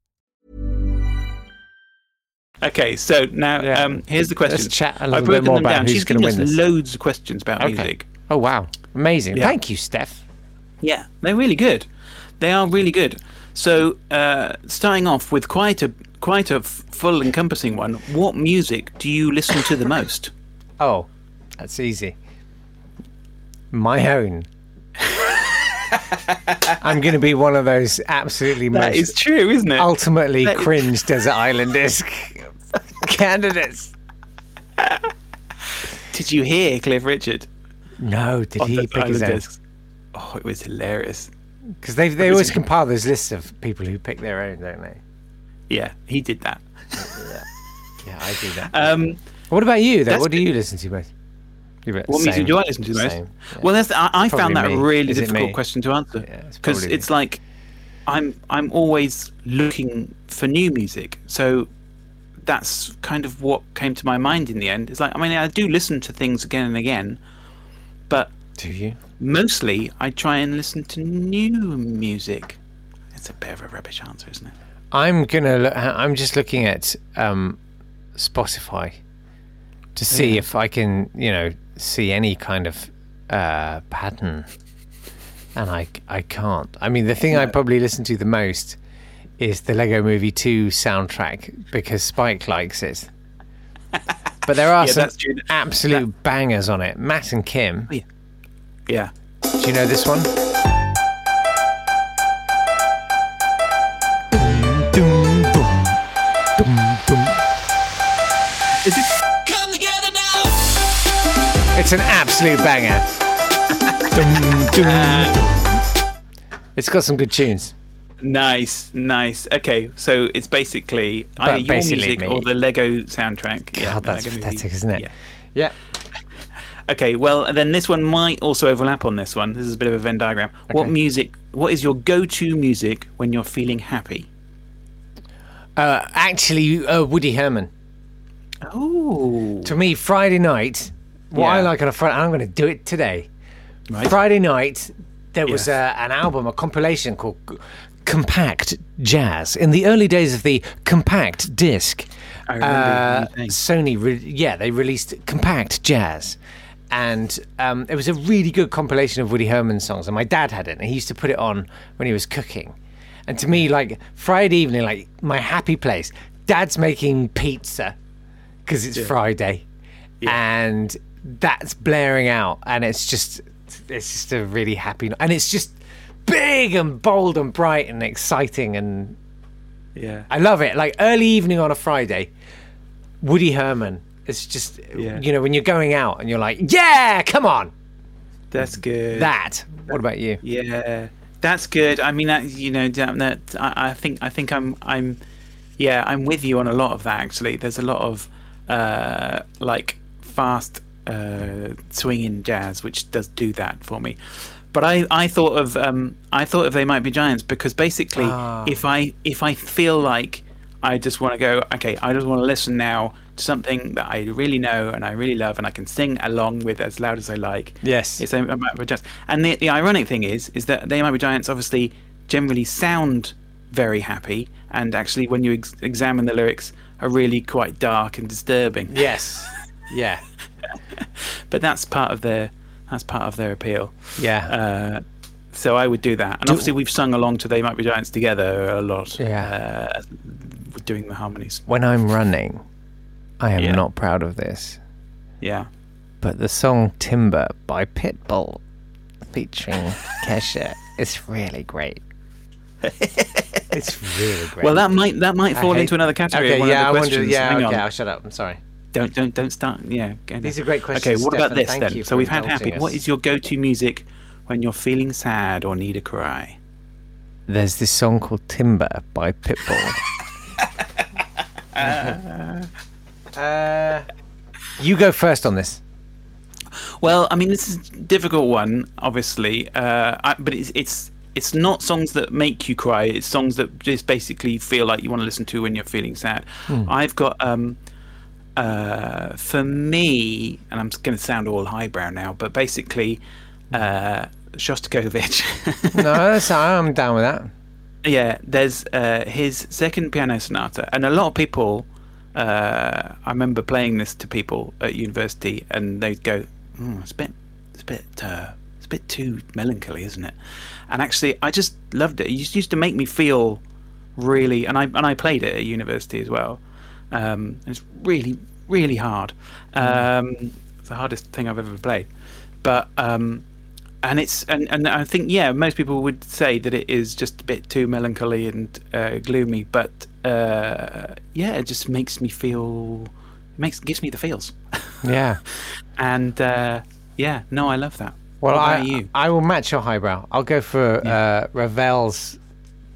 S2: <laughs> Okay, so now
S1: Yeah.
S2: um, here's the question.
S1: Let's chat a little
S2: I've
S1: bit
S2: broken
S1: more
S2: them
S1: about
S2: down.
S1: who's
S2: She's
S1: gonna
S2: given
S1: win
S2: us
S1: this.
S2: loads of questions about
S1: Okay.
S2: music.
S1: Oh, wow. Amazing.
S2: Yeah.
S1: Thank you, Steph.
S2: Yeah, they're really good. They are really good. So, uh, starting off with quite a quite a f- full encompassing one. What music do you listen to the
S1: <laughs>
S2: most?
S1: Oh, that's easy. My
S2: <laughs>
S1: own. I'm going to be one of those absolutely most
S2: true, isn't it?
S1: ultimately
S2: that is-
S1: cringe desert island disc
S2: <laughs>
S1: candidates.
S2: Did you hear Cliff Richard?
S1: No, did
S2: on
S1: he
S2: the
S1: pick his
S2: Island
S1: own?
S2: Discs? Oh, it was hilarious.
S1: Because they they always compile those lists of people who pick their own, don't they?
S2: Yeah, he did that.
S1: Yeah, I do that.
S2: Um,
S1: what about you though?
S2: that's
S1: What do
S2: good.
S1: you listen to most? You're about the
S2: What
S1: same.
S2: music do I listen to the most?
S1: Same,
S2: Well, that's I, I found that
S1: Probably
S2: a
S1: me.
S2: really
S1: Is it me?
S2: difficult question to answer
S1: Yeah, it's
S2: because
S1: probably
S2: it's
S1: me.
S2: like I'm I'm always looking for new music, so that's kind of what came to my mind in the end. It's like I mean I do listen to things again and again, but
S1: Do you?
S2: mostly I try and listen to new music. It's a bit of a rubbish answer, isn't it?
S1: I'm gonna. Look, I'm just looking at um, Spotify to see if I can, you know, see any kind of uh, pattern, and I I can't. I mean, the thing I probably listen to the most is the Lego Movie Two soundtrack because Spike likes it. But there are
S2: <laughs> Yeah,
S1: some
S2: that's true. That-
S1: absolute bangers on it. Matt and Kim.
S2: Yeah.
S1: Do you know this one?
S2: Is it?
S1: It's an absolute banger. Dum, dum, dum. Uh, It's got some good tunes.
S2: Nice, nice. Okay, so it's basically either your
S1: basically
S2: music
S1: me.
S2: or the Lego soundtrack.
S1: God,
S2: the
S1: that's
S2: Lego movie.
S1: pathetic, isn't it?
S2: Yeah.
S1: Yeah.
S2: Okay, well, and then this one might also overlap on this one. This is a bit of a Venn diagram. What
S1: Okay.
S2: music? What is your go-to music when you're feeling happy?
S1: Uh, actually, uh, Woody Herman.
S2: Oh,
S1: To me, Friday night, what I
S2: Yeah.
S1: like on a Friday, and I'm going to do it today.
S2: Right.
S1: Friday night, there was uh,
S2: Yes.
S1: an album, a compilation called C- Compact Jazz. In the early days of the compact disc,
S2: I remember
S1: uh,
S2: the thing.
S1: Sony, re- yeah, they released Compact Jazz. And um, it was a really good compilation of Woody Herman songs. And my dad had it, and he used to put it on when he was cooking. And to me, like Friday evening, like my happy place, dad's making pizza because it's Friday, and that's blaring out, and it's just it's just a really happy, no- and it's just big and bold and bright and exciting, and
S2: yeah.
S1: I love it. Like early evening on a Friday, Woody Herman. It's just
S2: Yeah.
S1: you know when you're going out and you're like, yeah, come on,
S2: That's good.
S1: that. What about you?
S2: Yeah, that's good. I mean, that, you know, that, that I, I think I think I'm I'm yeah I'm with you on a lot of that actually. There's a lot of uh, like fast uh, swinging jazz which does do that for me. But I, I thought of um, I thought of they might be giants because basically if I if I feel like I just want to go okay I just want to listen now to something that I really know and I really love and I can sing along with as loud as I like
S1: Yes.
S2: it's they uh, might be giants. And the, the ironic thing is, is that they might be giants. Obviously, generally sound very happy, and actually, when you ex- examine the lyrics, are really quite dark and disturbing.
S1: Yes, yeah,
S2: But that's part of their that's part of their appeal.
S1: yeah.
S2: Uh, so I would do that. And obviously, we've sung along to "They Might Be Giants" together a lot.
S1: Yeah.
S2: Uh, doing the harmonies.
S1: when I'm running, I am
S2: Yeah.
S1: not proud of this.
S2: Yeah.
S1: but the song Timber by Pitbull <laughs> featuring Kesha is really great. <laughs> it's really great.
S2: Well, that might that might
S1: I
S2: fall
S1: hate-
S2: into another category. of
S1: Okay,
S2: one of
S1: yeah,
S2: the
S1: I wonder.
S2: questions.
S1: Yeah,
S2: Hang
S1: okay,
S2: on.
S1: I'll shut up. I'm sorry.
S2: Don't don't don't start. Yeah. go
S1: These
S2: now.
S1: are great questions,
S2: Okay. What
S1: Stefan.
S2: about this
S1: Thank you
S2: then? So
S1: for
S2: we've had
S1: indulging
S2: happy. What
S1: us.
S2: is your go-to music when you're feeling sad or need a cry?
S1: There's this song called Timber by <laughs> Pitbull. Uh, you go first on this.
S2: Well, I mean, this is a difficult one, obviously, uh, I, but it's it's it's not songs that make you cry. It's songs that just basically feel like you want to listen to when you're feeling sad.
S1: Hmm.
S2: I've got um, uh, for me, and I'm going to sound all highbrow now, but basically, uh, Shostakovich. <laughs>
S1: No, <laughs> that's, I'm down with that.
S2: Yeah, there's uh, his second piano sonata, and a lot of people. Uh, I remember playing this to people at university, and they'd go, mm, "It's a bit, it's a bit, uh, it's a bit too melancholy, isn't it?" And actually, I just loved it. It just used to make me feel really, and I and I played it at university as well. Um, and it's really, really hard. Um, it's the hardest thing I've ever played, but. Um, and it's and, and I think yeah, most people would say that it is just a bit too melancholy and uh, gloomy, but uh, yeah, it just makes me feel it makes gives me the feels,
S1: Yeah.
S2: and uh, yeah, no, I love that.
S1: Well,
S2: what
S1: I,
S2: about you?
S1: I will match your highbrow. I'll go for uh, Ravel's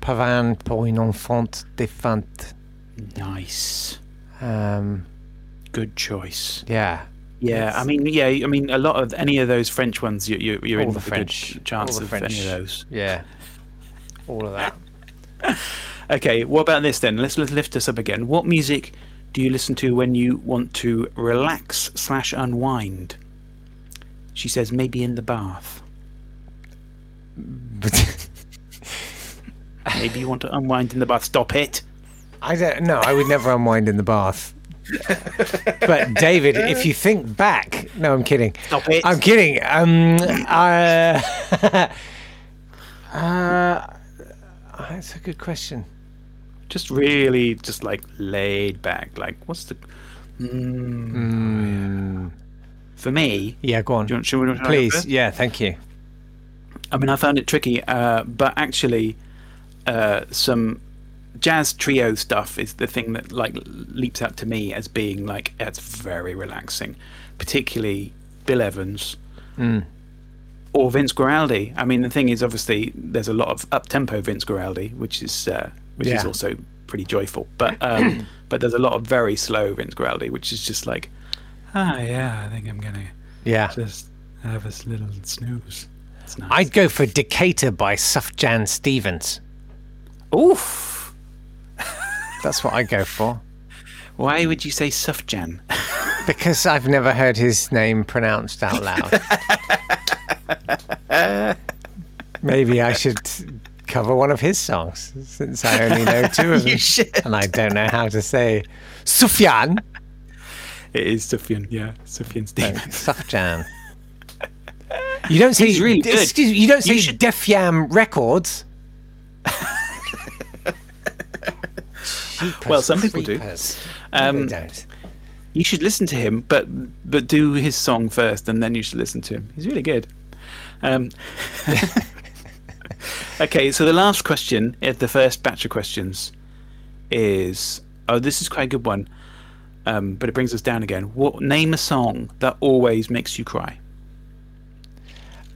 S1: Pavane pour une enfant défunte.
S2: Nice,
S1: Um,
S2: good choice.
S1: yeah.
S2: Yeah, I mean, yeah, I mean, a lot of any of those French ones, you, you you're
S1: All
S2: in
S1: the
S2: with a
S1: French-
S2: good chance
S1: all the
S2: of
S1: French.
S2: any of those.
S1: Yeah. All of
S2: <laughs>
S1: that.
S2: Okay, what about this then? Let's, let's lift us up again. What music do you listen to when you want to relax slash unwind? She says maybe in the bath. Maybe you want to unwind in the bath. Stop it.
S1: I don't. No, I would never unwind in the bath. But David, if you think back, no, I'm kidding.
S2: Stop it.
S1: I'm kidding. Um, I, <laughs> uh, that's a good question.
S2: Just really, just like laid back. Like, what's the? Mm, For me,
S1: Yeah, go on.
S2: Do you want- should we- should I go
S1: Please.
S2: first?
S1: Yeah, thank you.
S2: I mean, I found it tricky, uh, but actually, uh, some jazz trio stuff is the thing that like leaps out to me as being like it's very relaxing, particularly Bill Evans Mm. or Vince Guaraldi. I mean, the thing is, obviously, there's a lot of up tempo Vince Guaraldi, which is uh, which is
S1: Yeah.
S2: also pretty joyful, but <coughs> um, but there's a lot of very slow Vince Guaraldi, which is just like, ah, yeah, I think I'm gonna
S1: Yeah.
S2: just have a little snooze. It's nice.
S1: I'd go for Decatur by Sufjan Stevens.
S2: Oof.
S1: That's what I go for.
S2: Why would you say Sufjan? <laughs>
S1: Because I've never heard his name pronounced out loud. Maybe I should cover one of his songs since I only know two of them. And I don't know how to say Sufjan.
S2: It is Sufjan, yeah. Sufjan Stevens.
S1: Sufjan. You don't say
S2: He's really good.
S1: Excuse me, you don't say
S2: You
S1: you
S2: should-
S1: Def Jam Records.
S2: Well, some people do.
S1: Jeepers.
S2: Um,
S1: they don't.
S2: you should listen to him, but but do his song first, and then you should listen to him. He's really good. <laughs> Um, okay, so the last question, eh, the first batch of questions, is oh, this is quite a good one, um, but it brings us down again. What name a song that always makes you cry?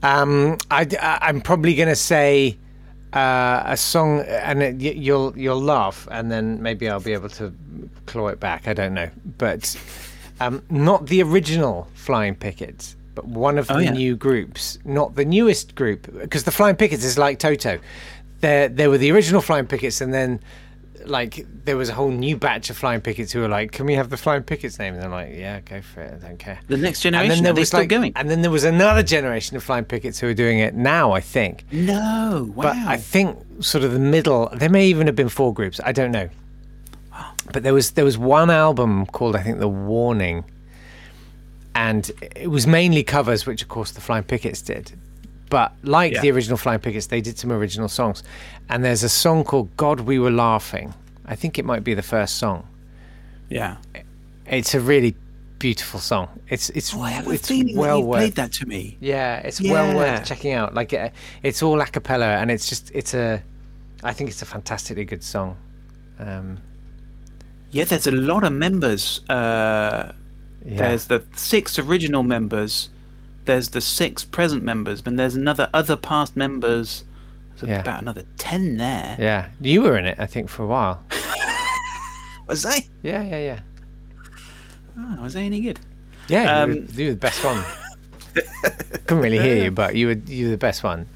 S1: Um, I, am probably going to say uh, a song, and it, y- you'll you'll laugh, and then maybe I'll be able to claw it back. I don't know, but um, not the original Flying Pickets, but one of the
S2: Oh, yeah.
S1: new groups, not the newest group, because the Flying Pickets is like Toto. There, there were the original Flying Pickets, and then like there was a whole new batch of Flying Pickets who were like, "Can we have the Flying Pickets name?" And they're like, "Yeah, go for it. I don't care."
S2: The next generation, are they still
S1: like,
S2: going?
S1: And then there was another generation of flying pickets who are doing it now, I think.
S2: No, wow.
S1: But I think sort of the middle. There may even have been four groups. I don't know. But there was there was one album called I think The Warning, and it was mainly covers, which of course the Flying Pickets did. But like
S2: Yeah.
S1: the original Flying Pickets, they did some original songs. And there's a song called "God We Were Laughing." I think it might be the first song.
S2: yeah.
S1: It's a really beautiful song. It's it's
S2: Oh, I have a
S1: it's
S2: feeling that
S1: well
S2: you've
S1: worth
S2: played that to me.
S1: Yeah, it's well
S2: Yeah.
S1: worth checking out. Like uh, it's all a cappella, and it's just it's a. I think it's a fantastically good song. Um,
S2: Yeah, there's a lot of members. Uh,
S1: yeah.
S2: There's the six original members. There's the six present members, and there's another other past members. There's
S1: Yeah.
S2: about another ten there.
S1: yeah, you were in it, I think, for a while.
S2: Was I?
S1: Yeah, yeah, yeah,
S2: Oh, was I any good?
S1: yeah. you,
S2: Um,
S1: were, you were the best <laughs> one. Couldn't really hear you, but you were you were the best one.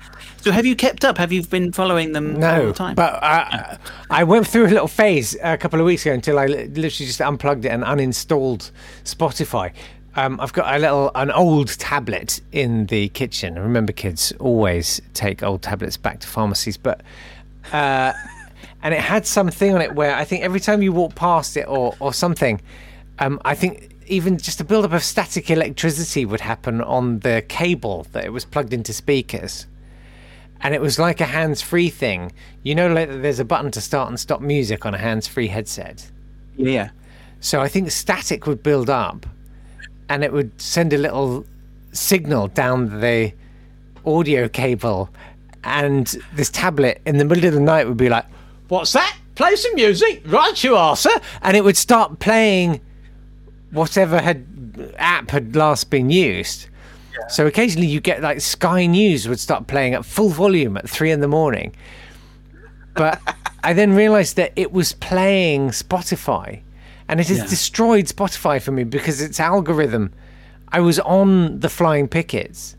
S2: So have you kept up? Have you been following them all
S1: No,
S2: the time?
S1: but I, I went through a little phase a couple of weeks ago until I li- literally just unplugged it and uninstalled Spotify. Um, I've got a little, an old tablet in the kitchen. Remember, kids always take old tablets back to pharmacies, but. Uh, and it had something on it where I think every time you walk past it or, or something, um, I think even just a buildup of static electricity would happen on the cable that it was plugged into speakers and it was like a hands-free thing. You know, like there's a button to start and stop music on a hands-free headset.
S2: yeah, yeah.
S1: So I think static would build up, and it would send a little signal down the audio cable, and this tablet in the middle of the night would be like, "What's that? Play some music, right? You are, sir." And it would start playing whatever had app had last been used. So occasionally you get like Sky News would start playing at full volume at three in the morning. But I then realized that it was playing Spotify and it has destroyed Spotify for me because its algorithm. I was on the flying pickets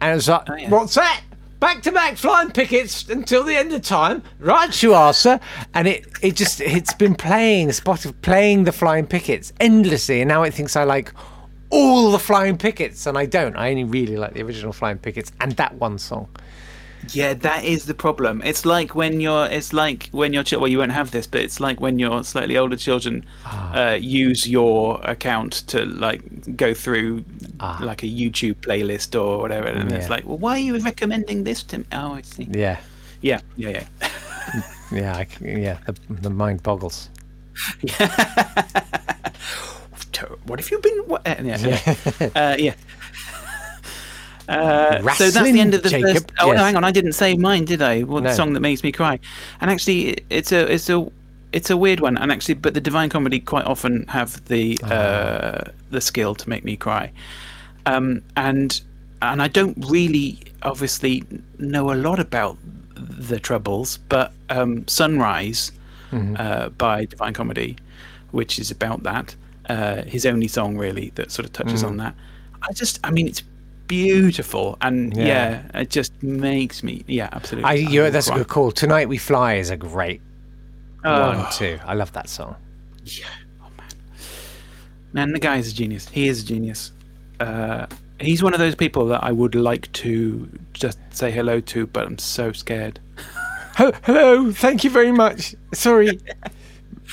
S1: and it was like,
S2: yeah.
S1: what's that? Back to back flying pickets until the end of time. Right, you are, sir. And it, it just, it's been playing Spotify, playing the flying pickets endlessly. And now it thinks I like all the flying pickets and I don't. I only really like the original flying pickets and that one song.
S2: Yeah, that is the problem. It's like when you're, it's like when your child. Well, you won't have this, but it's like when your slightly older children uh, use your account to like go through like a YouTube playlist or whatever, and it's
S1: Yeah.
S2: like, well, why are you recommending this to me? Oh, I see.
S1: Yeah,
S2: Yeah, yeah, yeah.
S1: yeah, I c yeah. The, the mind boggles.
S2: Ter- What have you been? What? uh, yeah, yeah. uh,
S1: <laughs>
S2: yeah. Uh, so that's
S1: Wrestling,
S2: the end of the
S1: Jacob.
S2: first. Oh
S1: Yes.
S2: no, hang on, I didn't say mine, did I? Well, the
S1: No.
S2: song that makes me cry, and actually, it- it's a it's a it's a weird one, and actually, but the Divine Comedy quite often have
S1: Ah.
S2: the uh, the skill to make me cry, um, and and I don't really obviously know a lot about the Troubles, but um, Sunrise uh, by Divine Comedy, which is about that. Uh, his only song really that sort of touches
S1: Mm.
S2: on that. I just, I mean, it's beautiful, and yeah,
S1: Yeah.
S2: it just makes me, yeah, absolutely.
S1: I, you that's a
S2: cry.
S1: good call. Tonight we fly is a great one too. I love that song.
S2: Man, the guy is a genius. He is a genius. Uh, he's one of those people that I would like to just say hello to, but I'm so scared.
S1: Ho- hello, thank you very much. <laughs> Sorry,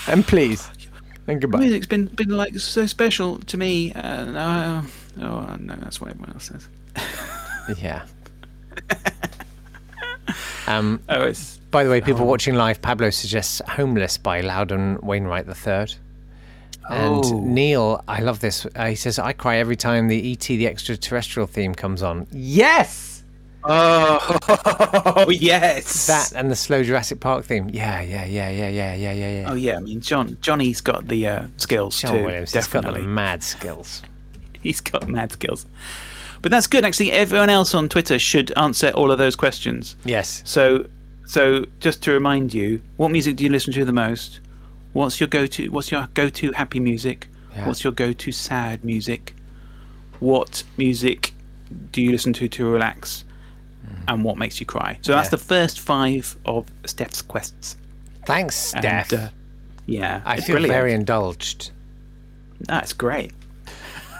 S1: and please, and goodbye.
S2: Music's been been like so special to me. and, Uh, oh no, that's what everyone else says.
S1: Yeah. Um,
S2: Oh, it's
S1: by the way, people watching live, Pablo suggests "Homeless" by Loudon Wainwright III, and
S2: Oh.
S1: Neil. I love this. Uh, he says, "I cry every time the ET the extraterrestrial theme comes on." Yes,
S2: oh yes,
S1: that and the slow Jurassic Park theme. Yeah, yeah, yeah, yeah, yeah, yeah, yeah, yeah.
S2: Oh yeah, I mean John Johnny's got the uh, skills
S1: John
S2: too.
S1: Williams, he's got
S2: definitely,
S1: the mad skills.
S2: he's got mad skills. But that's good. Actually, everyone else on Twitter should answer all of those questions.
S1: Yes.
S2: So, so just to remind you, what music do you listen to the most? What's your go-to? What's your go-to happy music?
S1: Yeah.
S2: What's your go-to sad music? What music do you listen to to relax? And what makes you cry? So that's
S1: Mm. Yeah.
S2: the first five of Steph's quests.
S1: Thanks, Steph.
S2: And, uh, yeah,
S1: I
S2: it's
S1: feel
S2: brilliant.
S1: very indulged.
S2: That's great.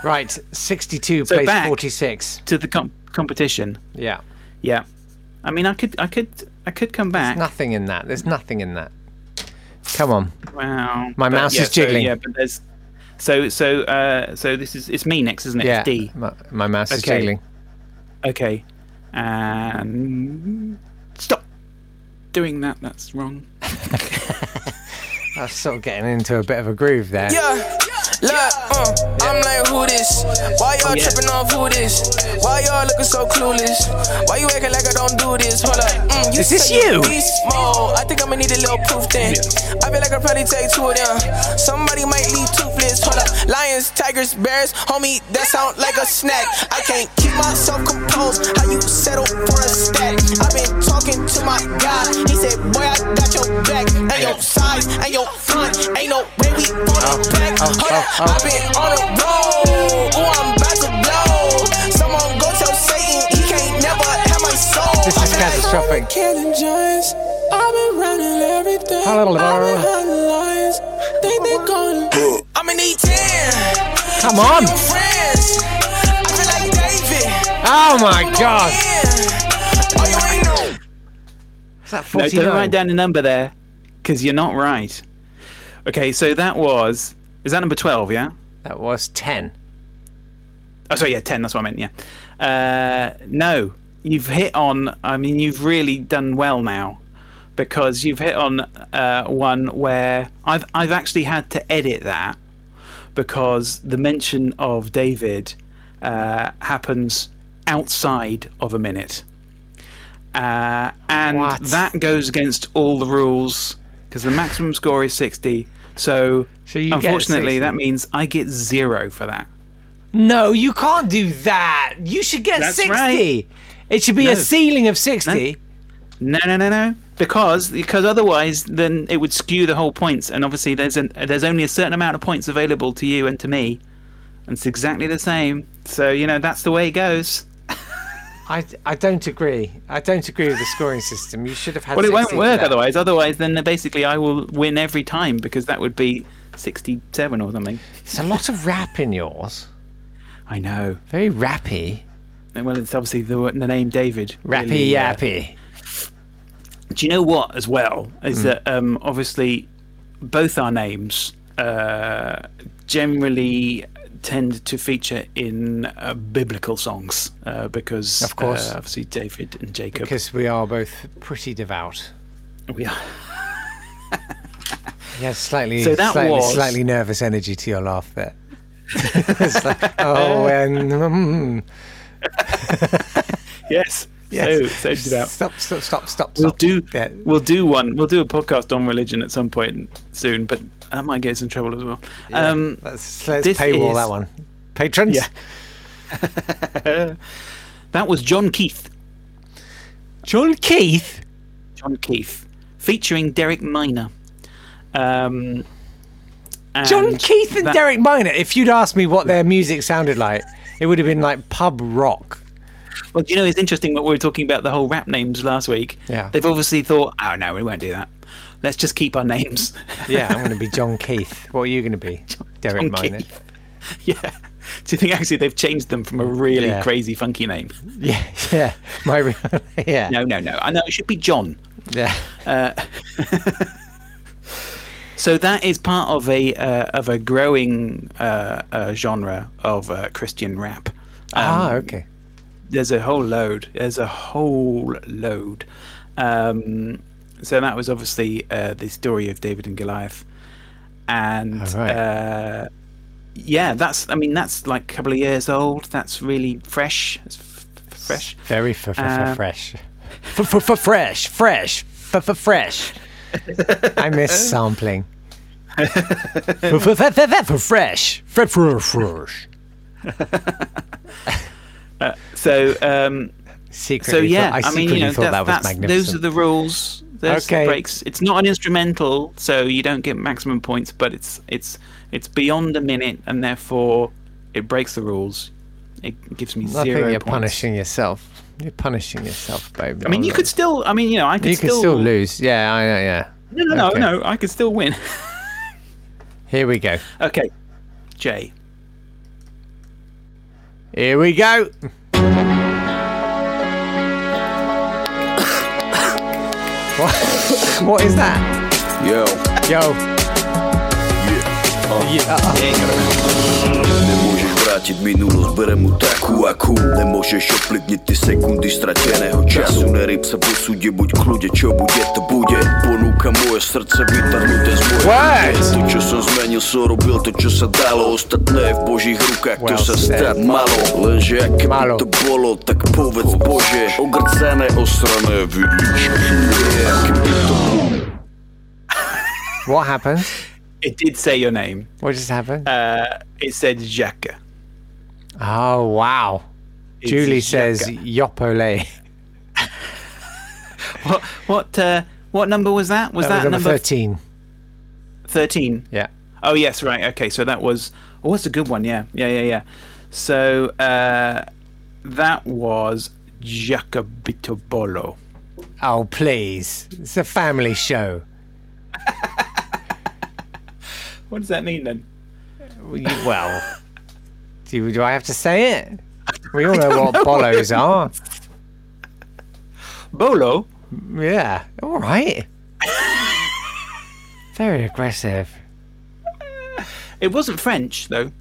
S1: Right, 62,
S2: So
S1: place
S2: back-
S1: 46.
S2: to the com- competition.
S1: Yeah.
S2: Yeah, I mean, I could, I could, I could come back.
S1: Nothing in that. There's nothing in that. Come on.
S2: wow,
S1: My mouse is jiggling.
S2: So, yeah, but there's so so uh, so this is it's me next, isn't it?
S1: Yeah.
S2: It's D.
S1: My, my mouse is
S2: Okay.
S1: jiggling.
S2: Okay, and stop doing that. That's wrong.
S1: I was sort of getting into a bit of a groove there.
S6: Yeah, look, uh, I'm like, who this? Why y'all tripping off who this? Why y'all looking so clueless? Why you acting like I don't do this? Hold up, mm, you
S1: Is this
S6: say
S1: you?
S6: you're Beast mode. I think I'ma need a little proof then. I feel like I probably take two of them. Somebody might leave toothless. Hold up, lions, tigers, bears, homie, that sound like a snack. I can't keep myself composed. How you settle for a stack? I've been talking to my guy. He said, boy, I got your back and your size and your front. Ain't no way we gonna back.
S1: Oh,
S6: Hold up, I've been on the road. Ooh, I'm about to blow. Someone go tell Satan he can't never have my soul.
S1: This is catastrophic.
S6: Killing giants. I've been running everything.
S1: Hello, hello.
S6: I've been hunting lions. They think I'm- <laughs> I'm in E10.
S1: Come on.
S6: Your friends. I feel like David.
S1: Oh my God.
S6: Yeah. Oh, you ain't no-
S1: Is that
S2: No,
S1: 49?
S2: don't write down a number there, because you're not right. Okay, so that was is that number twelve? Yeah.
S1: That was 10.
S2: Oh, sorry, yeah, 10, that's what I meant, yeah. Uh, no, you've hit on, I mean, you've really done well now because you've hit on uh, one where I've, I've actually had to edit that because the mention of David uh, happens outside of a minute. Uh, and
S1: What?
S2: that goes against all the rules because the maximum score is 60. So,
S1: So you get
S2: unfortunately,
S1: 60.
S2: that means I get zero for that.
S1: No, you can't do that. You should get
S2: That's
S1: 60.
S2: right.
S1: It should be a
S2: No.
S1: ceiling of 60.
S2: No, no, no, no. Because because otherwise, then it would skew the whole points. And obviously, there's an, there's only a certain amount of points available to you and to me, and it's exactly the same. So you know that's the way it goes.
S1: I, I don't agree. I don't agree with the scoring system. You should have had
S2: Well, it
S1: 60
S2: won't
S1: for
S2: work
S1: that.
S2: otherwise. Otherwise, then basically I will win every time because that would be sixty-seven or something.
S1: It's a lot of rap in yours.
S2: I know.
S1: Very rappy.
S2: Well, it's obviously the, the name David.
S1: Rappy
S2: really, uh,
S1: yappy.
S2: Do you know what, as well,
S1: Mm.
S2: is that um, obviously both our names uh, generally tend to feature in uh, biblical songs uh, because,
S1: Of course.
S2: uh, obviously, David and Jacob.
S1: because we are both pretty devout.
S2: we are. <laughs>
S1: Yeah, slightly,
S2: So that
S1: slightly,
S2: was-
S1: slightly nervous energy to your laugh there. <laughs> it's like,
S2: <laughs>
S1: oh, and mm,
S2: Yes.
S1: yes.
S2: So, so do that.
S1: Stop, stop, stop, stop.
S2: We'll
S1: stop.
S2: do
S1: Yeah.
S2: we'll do one. We'll do a podcast on religion at some point soon, but that might get us in trouble as well. um,
S1: Let's, let's
S2: this
S1: paywall
S2: is-
S1: that one. Patrons.
S2: Yeah. that was John Keith.
S1: John Keith.
S2: John Keith, featuring Derek Minor. Um,
S1: John
S2: and
S1: Keith and
S2: that-
S1: Derek Minor. If you'd asked me what their music sounded like, it would have been like pub rock.
S2: Well, do you know, it's interesting what we were talking about the whole rap names last week.
S1: Yeah.
S2: They've obviously thought, oh no, we won't do that. Let's just keep
S1: <laughs>
S2: our names.
S1: Yeah, I'm going to be John Keith. What are you going to be? Derek
S2: <laughs> John
S1: Minor.
S2: Keith. <laughs> yeah. Do you think actually they've changed them from a really
S1: eh? Yeah.
S2: crazy funky name?
S1: <laughs> Yeah, yeah. My, re- <laughs> yeah,
S2: No, no, no. I know it should be John.
S1: yeah.
S2: Um, So that is part of a uh, of a growing uh, uh, genre of uh, Christian rap. Um,
S1: ah, okay.
S2: there's a whole load. There's a whole load. Um, so that was obviously uh, the story of David and Goliath, and
S1: All right.
S2: uh, yeah, that's. I mean, that's like a couple of years old. That's really fresh. It's f- f- fresh.
S1: Very f- f- f-
S2: Uh,
S1: fresh. F- f- f- fresh, fresh, f- f- fresh. I
S2: <laughs>
S1: miss sampling. F- f- f- f- f- f- fresh, F- f- fresh.
S2: So um, so
S1: Secretly,
S2: yeah,
S1: thought, I
S2: I,
S1: secretly
S2: mean, you know,
S1: thought
S2: that,
S1: that was
S2: that's those are
S1: magnificent.
S2: the rules. Those are the
S1: Okay.
S2: breaks. It's not an instrumental, so you don't get maximum points, but it's it's it's beyond a minute, and therefore it breaks the rules. It gives
S1: I
S2: me
S1: think
S2: zero
S1: you're
S2: points.
S1: punishing yourself. You're punishing yourself, baby.
S2: I mean, you could still. I mean, you know, I could
S1: you
S2: still,
S1: could still lose. Yeah, I know. Yeah.
S2: No, no, no,
S1: Okay.
S2: no. I could still win. <laughs>
S1: Here we go.
S2: okay, Jay.
S1: Here we go. what? what is that?
S5: Yo,
S1: Yo,
S7: Не можеш, братід, минуло зберемо таку аку Не можеш оплигніти секунди страченого часу Не рипся, бо судді будь крудя, що буде, то буде Понука моє серце витягнути з моє
S1: Words.
S7: То, що се зменил, со робил, то, що се дало Остатне е в Божих руках,
S1: Well
S7: то се
S1: said.
S7: стат мало Леже, як
S1: Мало.
S7: то боло, так повец Боже Огрцане, осране, величко
S1: what happened?
S2: It did say your name.
S1: What just happened?
S2: Uh, it said Jacques.
S1: oh wow!
S2: It's
S1: Julie says
S2: Jacques.
S1: Yopole.
S2: What? What? Uh, what number was that? Was that,
S1: That was <laughs> number
S2: number
S1: thirteen.
S2: thirteen?
S1: Yeah.
S2: Oh yes, right. Okay, so that was oh, what's a good one? Yeah, yeah, yeah, yeah. So uh, that was Jacobito Bolo.
S1: Oh please! It's a family show.
S2: What does that mean then?
S1: Well, you- Well, <laughs> do, do I have to say it? We all know what bolos are.
S2: Bolo.
S1: Yeah. All right. <laughs> Very aggressive.
S2: It wasn't French though,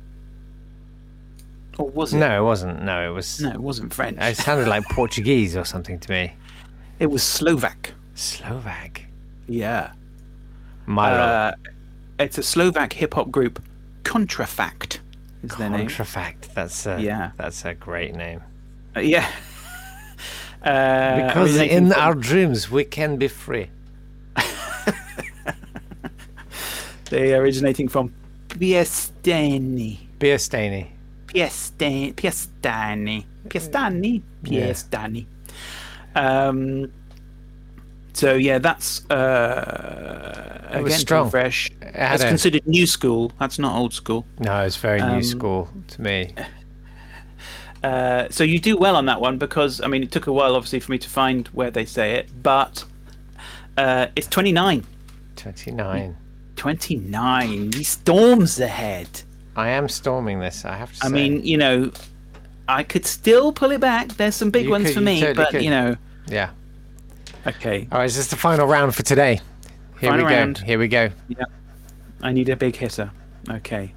S2: or was it?
S1: No, it wasn't. No, it was.
S2: no, it wasn't French.
S1: It sounded like Portuguese or something to me.
S2: It was Slovak.
S1: Slovak.
S2: Yeah.
S1: Milo.
S2: Uh, it's a Slovak hip hop group, Contrafact. Is their name?
S1: Contrafact. That's a,
S2: Yeah.
S1: That's a great name.
S2: Uh, yeah. Uh,
S1: Because
S2: originating
S1: in
S2: from-
S1: our dreams we can be free.
S2: they originating from Piestani.
S1: Beersteiny.
S2: Piestani,
S1: Mm.
S2: Piestani, Piestani, Piestani. Um, so yeah, that's uh,
S1: was
S2: again
S1: strong.
S2: too fresh.
S1: had
S2: That's
S1: a-
S2: considered new school. That's not old school.
S1: No, it's very
S2: Um,
S1: new school to me.
S2: <laughs> Uh, so you do well on that one because I mean it took a while, obviously, for me to find where they say it, but uh, it's 29.
S1: 29.
S2: 29. He storms ahead.
S1: I am storming this, I have to
S2: I
S1: say.
S2: mean, you know, I could still pull it back. There's some big
S1: You
S2: ones
S1: could-
S2: for
S1: you
S2: me,
S1: totally
S2: but
S1: could.
S2: you know.
S1: yeah.
S2: Okay.
S1: All right, is this the final round for today? Here
S2: Final
S1: we go.
S2: round.
S1: Here we go.
S2: Yeah. I need a big hitter. Okay.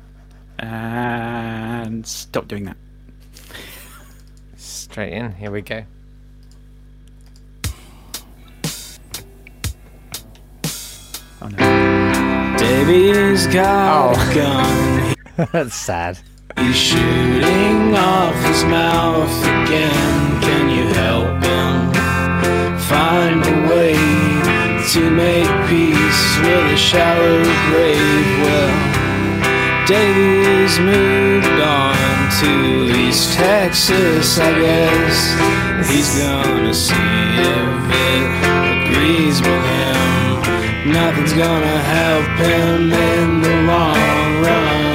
S2: And stop doing that.
S1: Straight in. Here we go.
S8: Baby's got
S1: Oh.
S8: a gun.
S1: <laughs> That's sad.
S8: He's shooting off his mouth again. Can you help him find a way to make peace with a shallow grave? Well, Davy's moved on to East Texas, I guess. He's gonna see if it agrees with him. Nothing's gonna help him in the long run.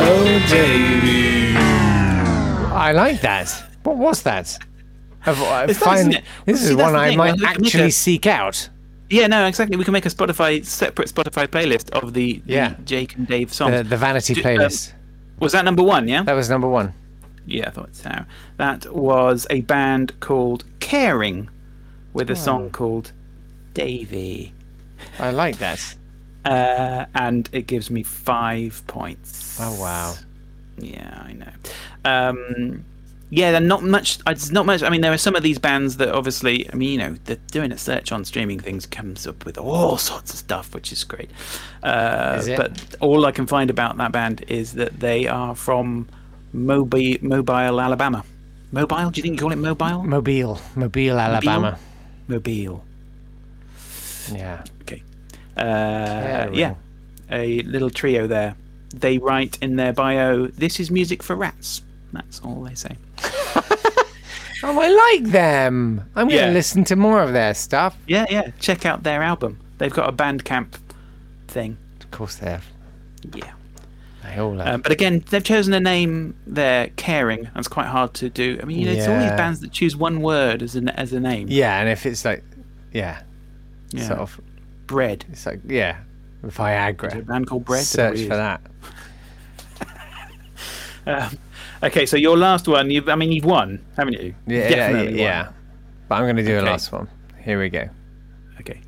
S8: Oh, Davy.
S1: I like that. What was that? I've- I
S2: It's nice,
S1: find
S2: isn't it?
S1: this
S2: See,
S1: is
S2: that's
S1: one
S2: the
S1: I
S2: thing,
S1: might
S2: like, we can make
S1: actually
S2: a-
S1: seek out.
S2: Yeah, no, exactly. We can make a Spotify separate Spotify playlist of the, the
S1: Yeah.
S2: Jake and Dave songs.
S1: uh, The, the vanity
S2: Do- um,
S1: playlist.
S2: was that number one? Yeah.
S1: That was number one.
S2: Yeah, I thought so. That was a band called Caring, with a
S1: Hmm.
S2: song called Davy,
S1: I like that.
S2: uh, and it gives me five points.
S1: Oh wow.
S2: Yeah, I know. Um, yeah, they're not much. It's not much. I mean, there are some of these bands that obviously. I mean, you know, they're doing a search on streaming things comes up with all sorts of stuff, which is great. Uh,
S1: Is it?
S2: But all I can find about that band is that they are from Mobi- Mobile, Alabama. Mobile? Do you think you call it Mobile?
S1: Mobile, Mobile, Alabama.
S2: Mobile.
S1: Yeah.
S2: Okay. Uh, yeah, a little trio there. They write in their bio, "This is music for rats." That's all they say.
S1: Oh, I like them. I'm going to
S2: Yeah.
S1: listen to more of their stuff.
S2: Yeah, yeah. Check out their album. They've got a Bandcamp thing.
S1: Of course they have.
S2: Yeah.
S1: They all have.
S2: Um, but again, they've chosen a name there, caring. That's quite hard to do. I mean, you know, it's all these
S1: Yeah.
S2: bands that choose one word as an as a name.
S1: yeah, and if it's like, yeah,
S2: Yeah.
S1: sort of,
S2: Bread.
S1: it's like, yeah, Viagra.
S2: A band called Bread. That
S1: Search
S2: really
S1: for
S2: is.
S1: that.
S2: Okay, so your last one. You've, I mean, you've won, haven't you?
S1: Yeah, yeah, yeah,
S2: Definitely won.
S1: yeah. But I'm going to do a
S2: Okay.
S1: last one. Here we go.
S2: Okay.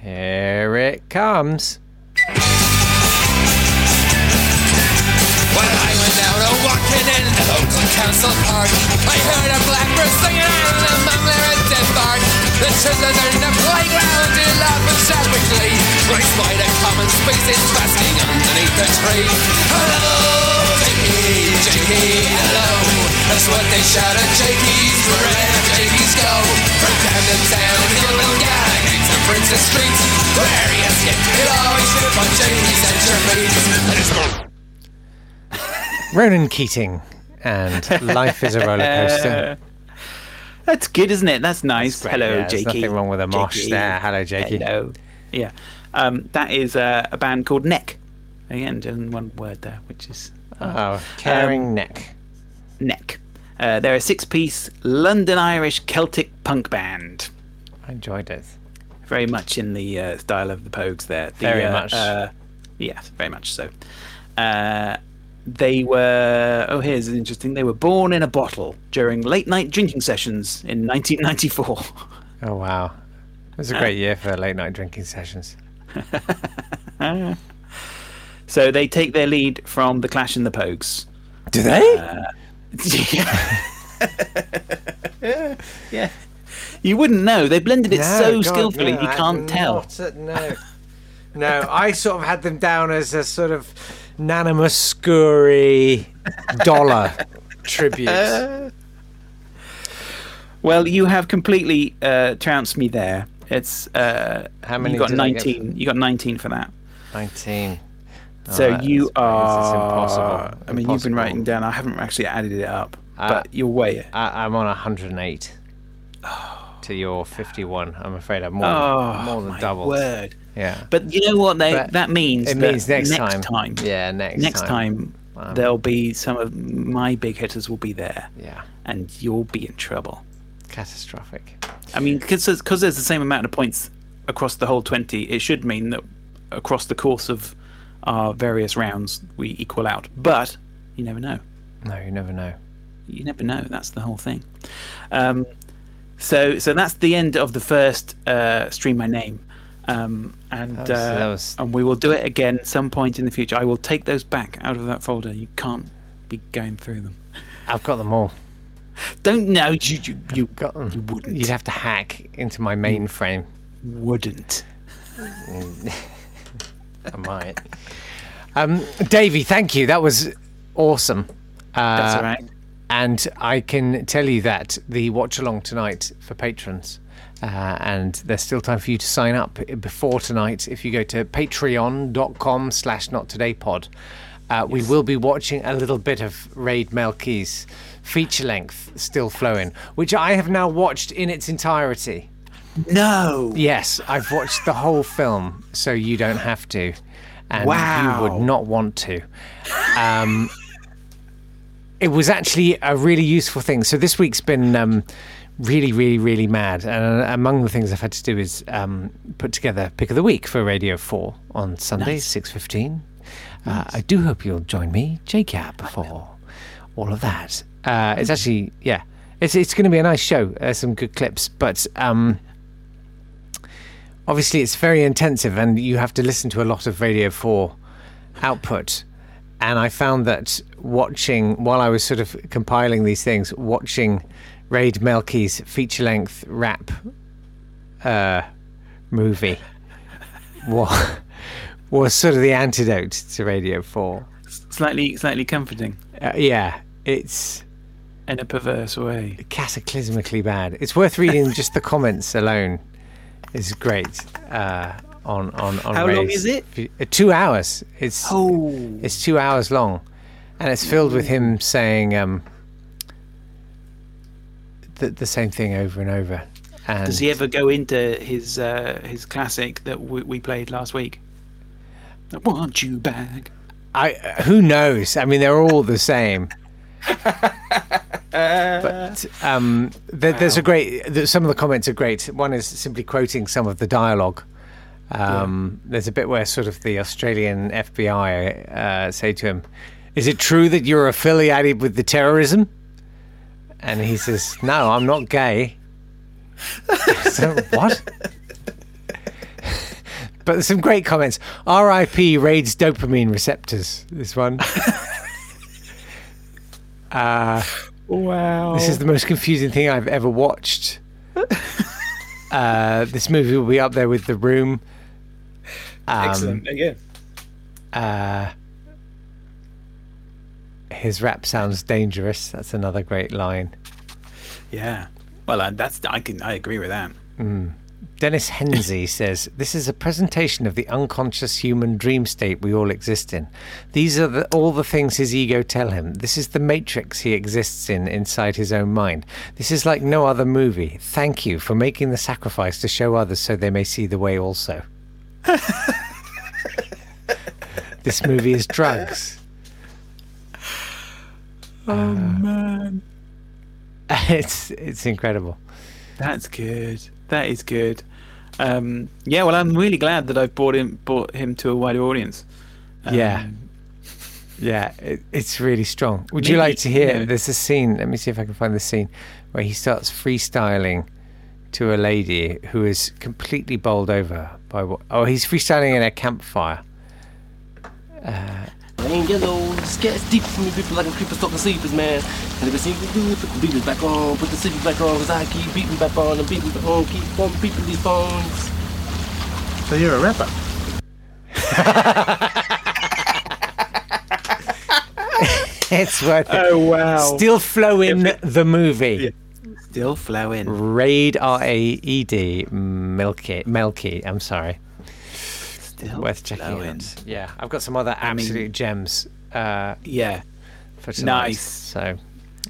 S1: Here it comes.
S9: Well, I went out oh, a walking in a local council park. I heard a blackbird singing out in a mumbler at Denmark. The children are in the playground in love and shout with glee. Right by the common space is basking underneath the tree. Oh, Hello, Jakey, Jakey, hello. That's what they shout at Jakey's wherever Jakey's go. From town to town, hill and gang, to Princess Street. Where he has yet, he'll always ship on Jakey's at your feet. And it's-
S1: Ronan Keating <laughs> and Life is a Roller <laughs> Coaster.
S2: That's good, isn't it? That's nice.
S1: great,
S2: Hello,
S1: yeah, there's
S2: Jakey.
S1: nothing wrong with a mosh
S2: Jakey.
S1: there. Hello, Jakey.
S2: Hello. Yeah. Um, that is uh, a band called Neck. Again, just one word there, which is
S1: Oh, caring neck.
S2: Neck. Uh, they're a six piece London Irish Celtic punk band.
S1: I enjoyed it.
S2: Very much in the uh, style of the Pogues there. The,
S1: Very
S2: uh,
S1: much.
S2: Uh, yeah, very much so. Uh, they were, oh, here's interesting. They were born in a bottle during late night drinking sessions in 1994.
S1: Oh wow, it was a great year for late night drinking sessions.
S2: <laughs> So they take their lead from the Clash and the Pogues. Uh,
S1: Do they?
S2: yeah. <laughs> yeah. <laughs> You wouldn't know. They blended it so skillfully you can't tell.
S1: no, no. I sort of had them down as a sort of Nana Muscuri dollar
S2: <laughs>
S1: tribute.
S2: Well, you have completely uh, trounced me there. It's uh,
S1: How many
S2: You got
S1: did I get?
S2: nineteen. You got nineteen for that.
S1: Nineteen.
S2: so
S1: Alright,
S2: you
S1: this- this is
S2: are.
S1: impossible.
S2: I mean, you've been
S1: Impossible.
S2: writing down. I haven't actually added it up,
S1: Uh,
S2: but you're way.
S1: I, I'm on 108 to your 51. I'm afraid I'm more,
S2: Oh,
S1: than uh, more than
S2: my
S1: doubled.
S2: word.
S1: Yeah.
S2: But you know what? They,
S1: But
S2: that means
S1: it
S2: that
S1: means next,
S2: time.
S1: Yeah, next,
S2: next
S1: time.
S2: time, there'll be some of my big hitters will be there
S1: Yeah.
S2: and you'll be in trouble
S1: Catastrophic.
S2: i mean because there's the same amount of points across the whole 20 it should mean that across the course of our various rounds we equal out but you never know
S1: No, you never know.
S2: you never know. That's the whole thing. Um, so so that's the end of the first uh, stream my name, um, and
S1: That was-
S2: uh,
S1: that was-
S2: and we will do it again some point in the future. I will take those back out of that folder. You can't be going through them.
S1: I've got them all.
S2: Don't know. You, you, you,
S1: got them.
S2: you wouldn't. Mm.
S1: You'd have to hack into my mainframe.
S2: Wouldn't.
S1: I might. Um, Davey, thank you. That was awesome. Uh,
S2: That's all right.
S1: And I can tell you that the watch along tonight for patrons, uh, and there's still time for you to sign up before tonight. If you go to patreon.com slash not today pod, uh, we will be watching a little bit of Raid Melky's feature length still flowing, which I have now watched in its entirety.
S2: No.
S1: Yes, I've watched the whole film, so you don't have to. And
S2: Wow.
S1: you would not want to. Um, <laughs> it was actually a really useful thing. So this week's been um, really, really, really mad. And uh, among the things I've had to do is um, put together pick of the week for Radio Four on Sunday, six fifteen. Uh, I do hope you'll join me, JCap, for all of that. Uh, it's actually, yeah, it's it's going to be a nice show. There's some good clips, but. Um, obviously it's very intensive and you have to listen to a lot of radio 4 output and i found that watching while i was sort of compiling these things watching raid melky's feature length rap uh, movie <laughs> was, was sort of the antidote to radio 4
S2: Slightly slightly comforting
S1: uh, yeah it's
S2: in a perverse way.
S1: cataclysmically bad. It's worth reading just the comments alone. is great uh, on on on.
S2: How long
S1: Ray's-
S2: is it?
S1: Uh, Two hours. It's
S2: Oh.
S1: it's two hours long, and it's filled with him saying um, the the same thing over and over. And
S2: Does he ever go into his uh, his classic that we, we played last week? I want you back.
S1: I who knows? I mean, they're all the same. but um, there, there's a great. There, some of the comments are great. One is simply quoting some of the dialogue. Um, There's a bit where sort of the Australian FBI uh, say to him, "Is it true that you're affiliated with the terrorism?" And he says, "No, I'm not gay." <laughs> so what? But there's some great comments. R.I.P. raids dopamine receptors. This one. uh,
S2: wow.
S1: This is the most confusing thing I've ever watched. uh, this movie will be up there with The Room. Um,
S2: Excellent. Again.
S1: Uh, his rap sounds dangerous. That's another great line.
S2: Yeah. Well, uh, that's I can I agree with that.
S1: Mm. Dennis Hensey says, This is a presentation of the unconscious human dream state we all exist in. These are the, all the things his ego tell him. This is the matrix he exists in inside his own mind. This is like no other movie. Thank you for making the sacrifice to show others so they may see the way also. <laughs> this movie is drugs. <laughs>
S2: Oh man,
S1: it's it's incredible.
S2: that's good. That is good. Um, yeah. Well, I'm really glad that I've brought him brought him to a wider audience.
S1: yeah.
S2: Um,
S1: Yeah, it, it's really strong. Would you
S2: Maybe,
S1: like to hear?
S2: yeah.
S1: There's a scene. Let me see if I can find the scene where he starts freestyling to a lady who is completely bowled over by what? Oh, he's freestyling in a campfire. <laughs> Uh,
S10: Rain yellow, the scat's deep from the people like I'm creeping, stalking sleepers, man. And if it seems to do it, put the beaters back on, put the sleepers back on, cause I keep beating back on, and beating back on, keep on beating these bones.
S2: So you're a rapper.
S1: it's worth it.
S2: Oh, wow.
S1: Still flowing the movie.
S2: Still flowing.
S1: Raid R A E D Milky Melky. I'm sorry.
S2: Still
S1: worth checking
S2: flowing.
S1: out. Yeah, I've got some other absolute gems. Uh,
S2: yeah.
S1: For tonight.
S2: Nice.
S1: So,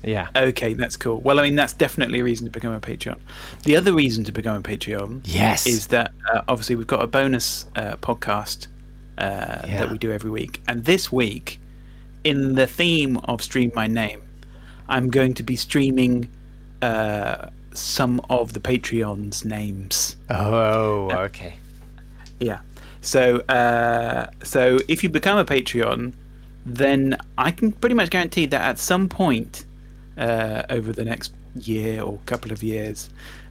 S1: yeah.
S2: Okay, that's cool. Well, I mean, that's definitely a reason to become a Patreon. The other reason to become a Patreon,
S1: Yes.
S2: is that uh, obviously we've got a bonus uh, podcast uh, that we do every week, and this week, in the theme of stream my name, I'm going to be streaming uh, some of the Patreons' names. Uh,
S1: Oh, okay.
S2: Yeah. So uh, so if you become a Patreon, then I can pretty much guarantee that at some point, uh, over the next year or couple of years,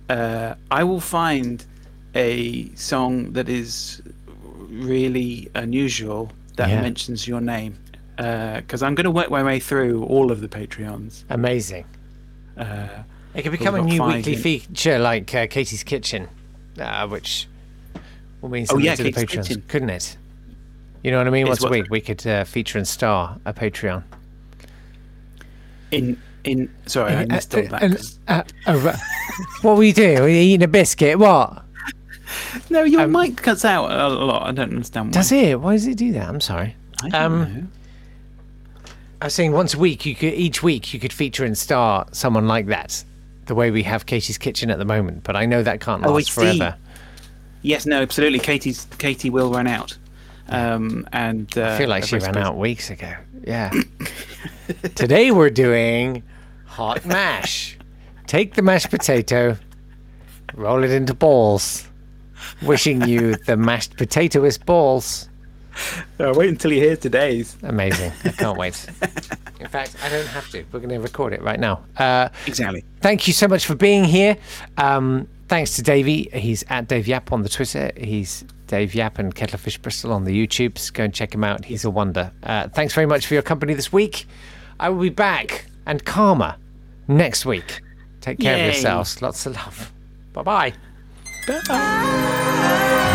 S2: uh, I will find a song that is really unusual that
S1: Yeah.
S2: mentions your name because I'm going to work my way through all of the Patreons.
S1: Amazing.
S2: Uh,
S1: It could
S2: we've
S1: become a
S2: got
S1: new
S2: five
S1: weekly
S2: in-
S1: feature like uh, Katie's Kitchen, uh, which will mean
S2: Oh,
S1: something
S2: yeah,
S1: to the
S2: Katie's
S1: patrons,
S2: Kitchen.
S1: couldn't it? You know what I mean? Once
S2: It's
S1: a
S2: what-
S1: week, we could uh, feature and star a Patreon.
S2: In in sorry, I
S1: Uh,
S2: missed all
S1: uh,
S2: that.
S1: uh,
S2: 'cause-
S1: uh, uh, ra- <laughs> what were you doing? Were you eating a biscuit? What?
S2: no, your mic cuts out a lot. I don't understand why.
S1: Does it? Why does it do that? I'm sorry.
S2: I
S1: don't know. I was saying once a week, you could each week you could feature and star someone like that, the way we have Katie's Kitchen at the moment. But I know that can't
S2: Oh, I
S1: last
S2: see.
S1: forever.
S2: Yes, no, absolutely. Katie's Katie will run out, um, and uh,
S1: I feel like she
S2: every
S1: ran
S2: space-
S1: out weeks ago. Yeah. Today we're doing hot mash. Take the mashed potato, roll it into balls. Wishing you the mashed potatoist balls.
S2: Uh, wait until you hear today's.
S1: Amazing. I can't wait. In fact, I don't have to. We're going to record it right now. Uh,
S2: exactly.
S1: Thank you so much for being here. Um, thanks to Davey. He's at Dave Yap on the Twitter. He's Dave Yap and Kettlefish Bristol on the YouTubes. Go and check him out. He's a wonder. Uh, thanks very much for your company this week. I will be back and calmer next week. Take care
S9: Yay.
S1: of yourselves. Lots of love. Bye bye.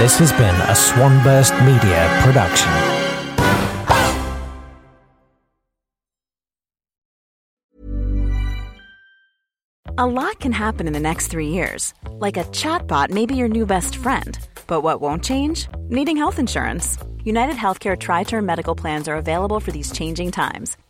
S11: This has been a Swanburst Media production.
S12: A lot can happen in the next three years. Like a chatbot may be your new best friend. But what won't change? Needing health insurance. United Healthcare Tri Term Medical Plans are available for these changing times.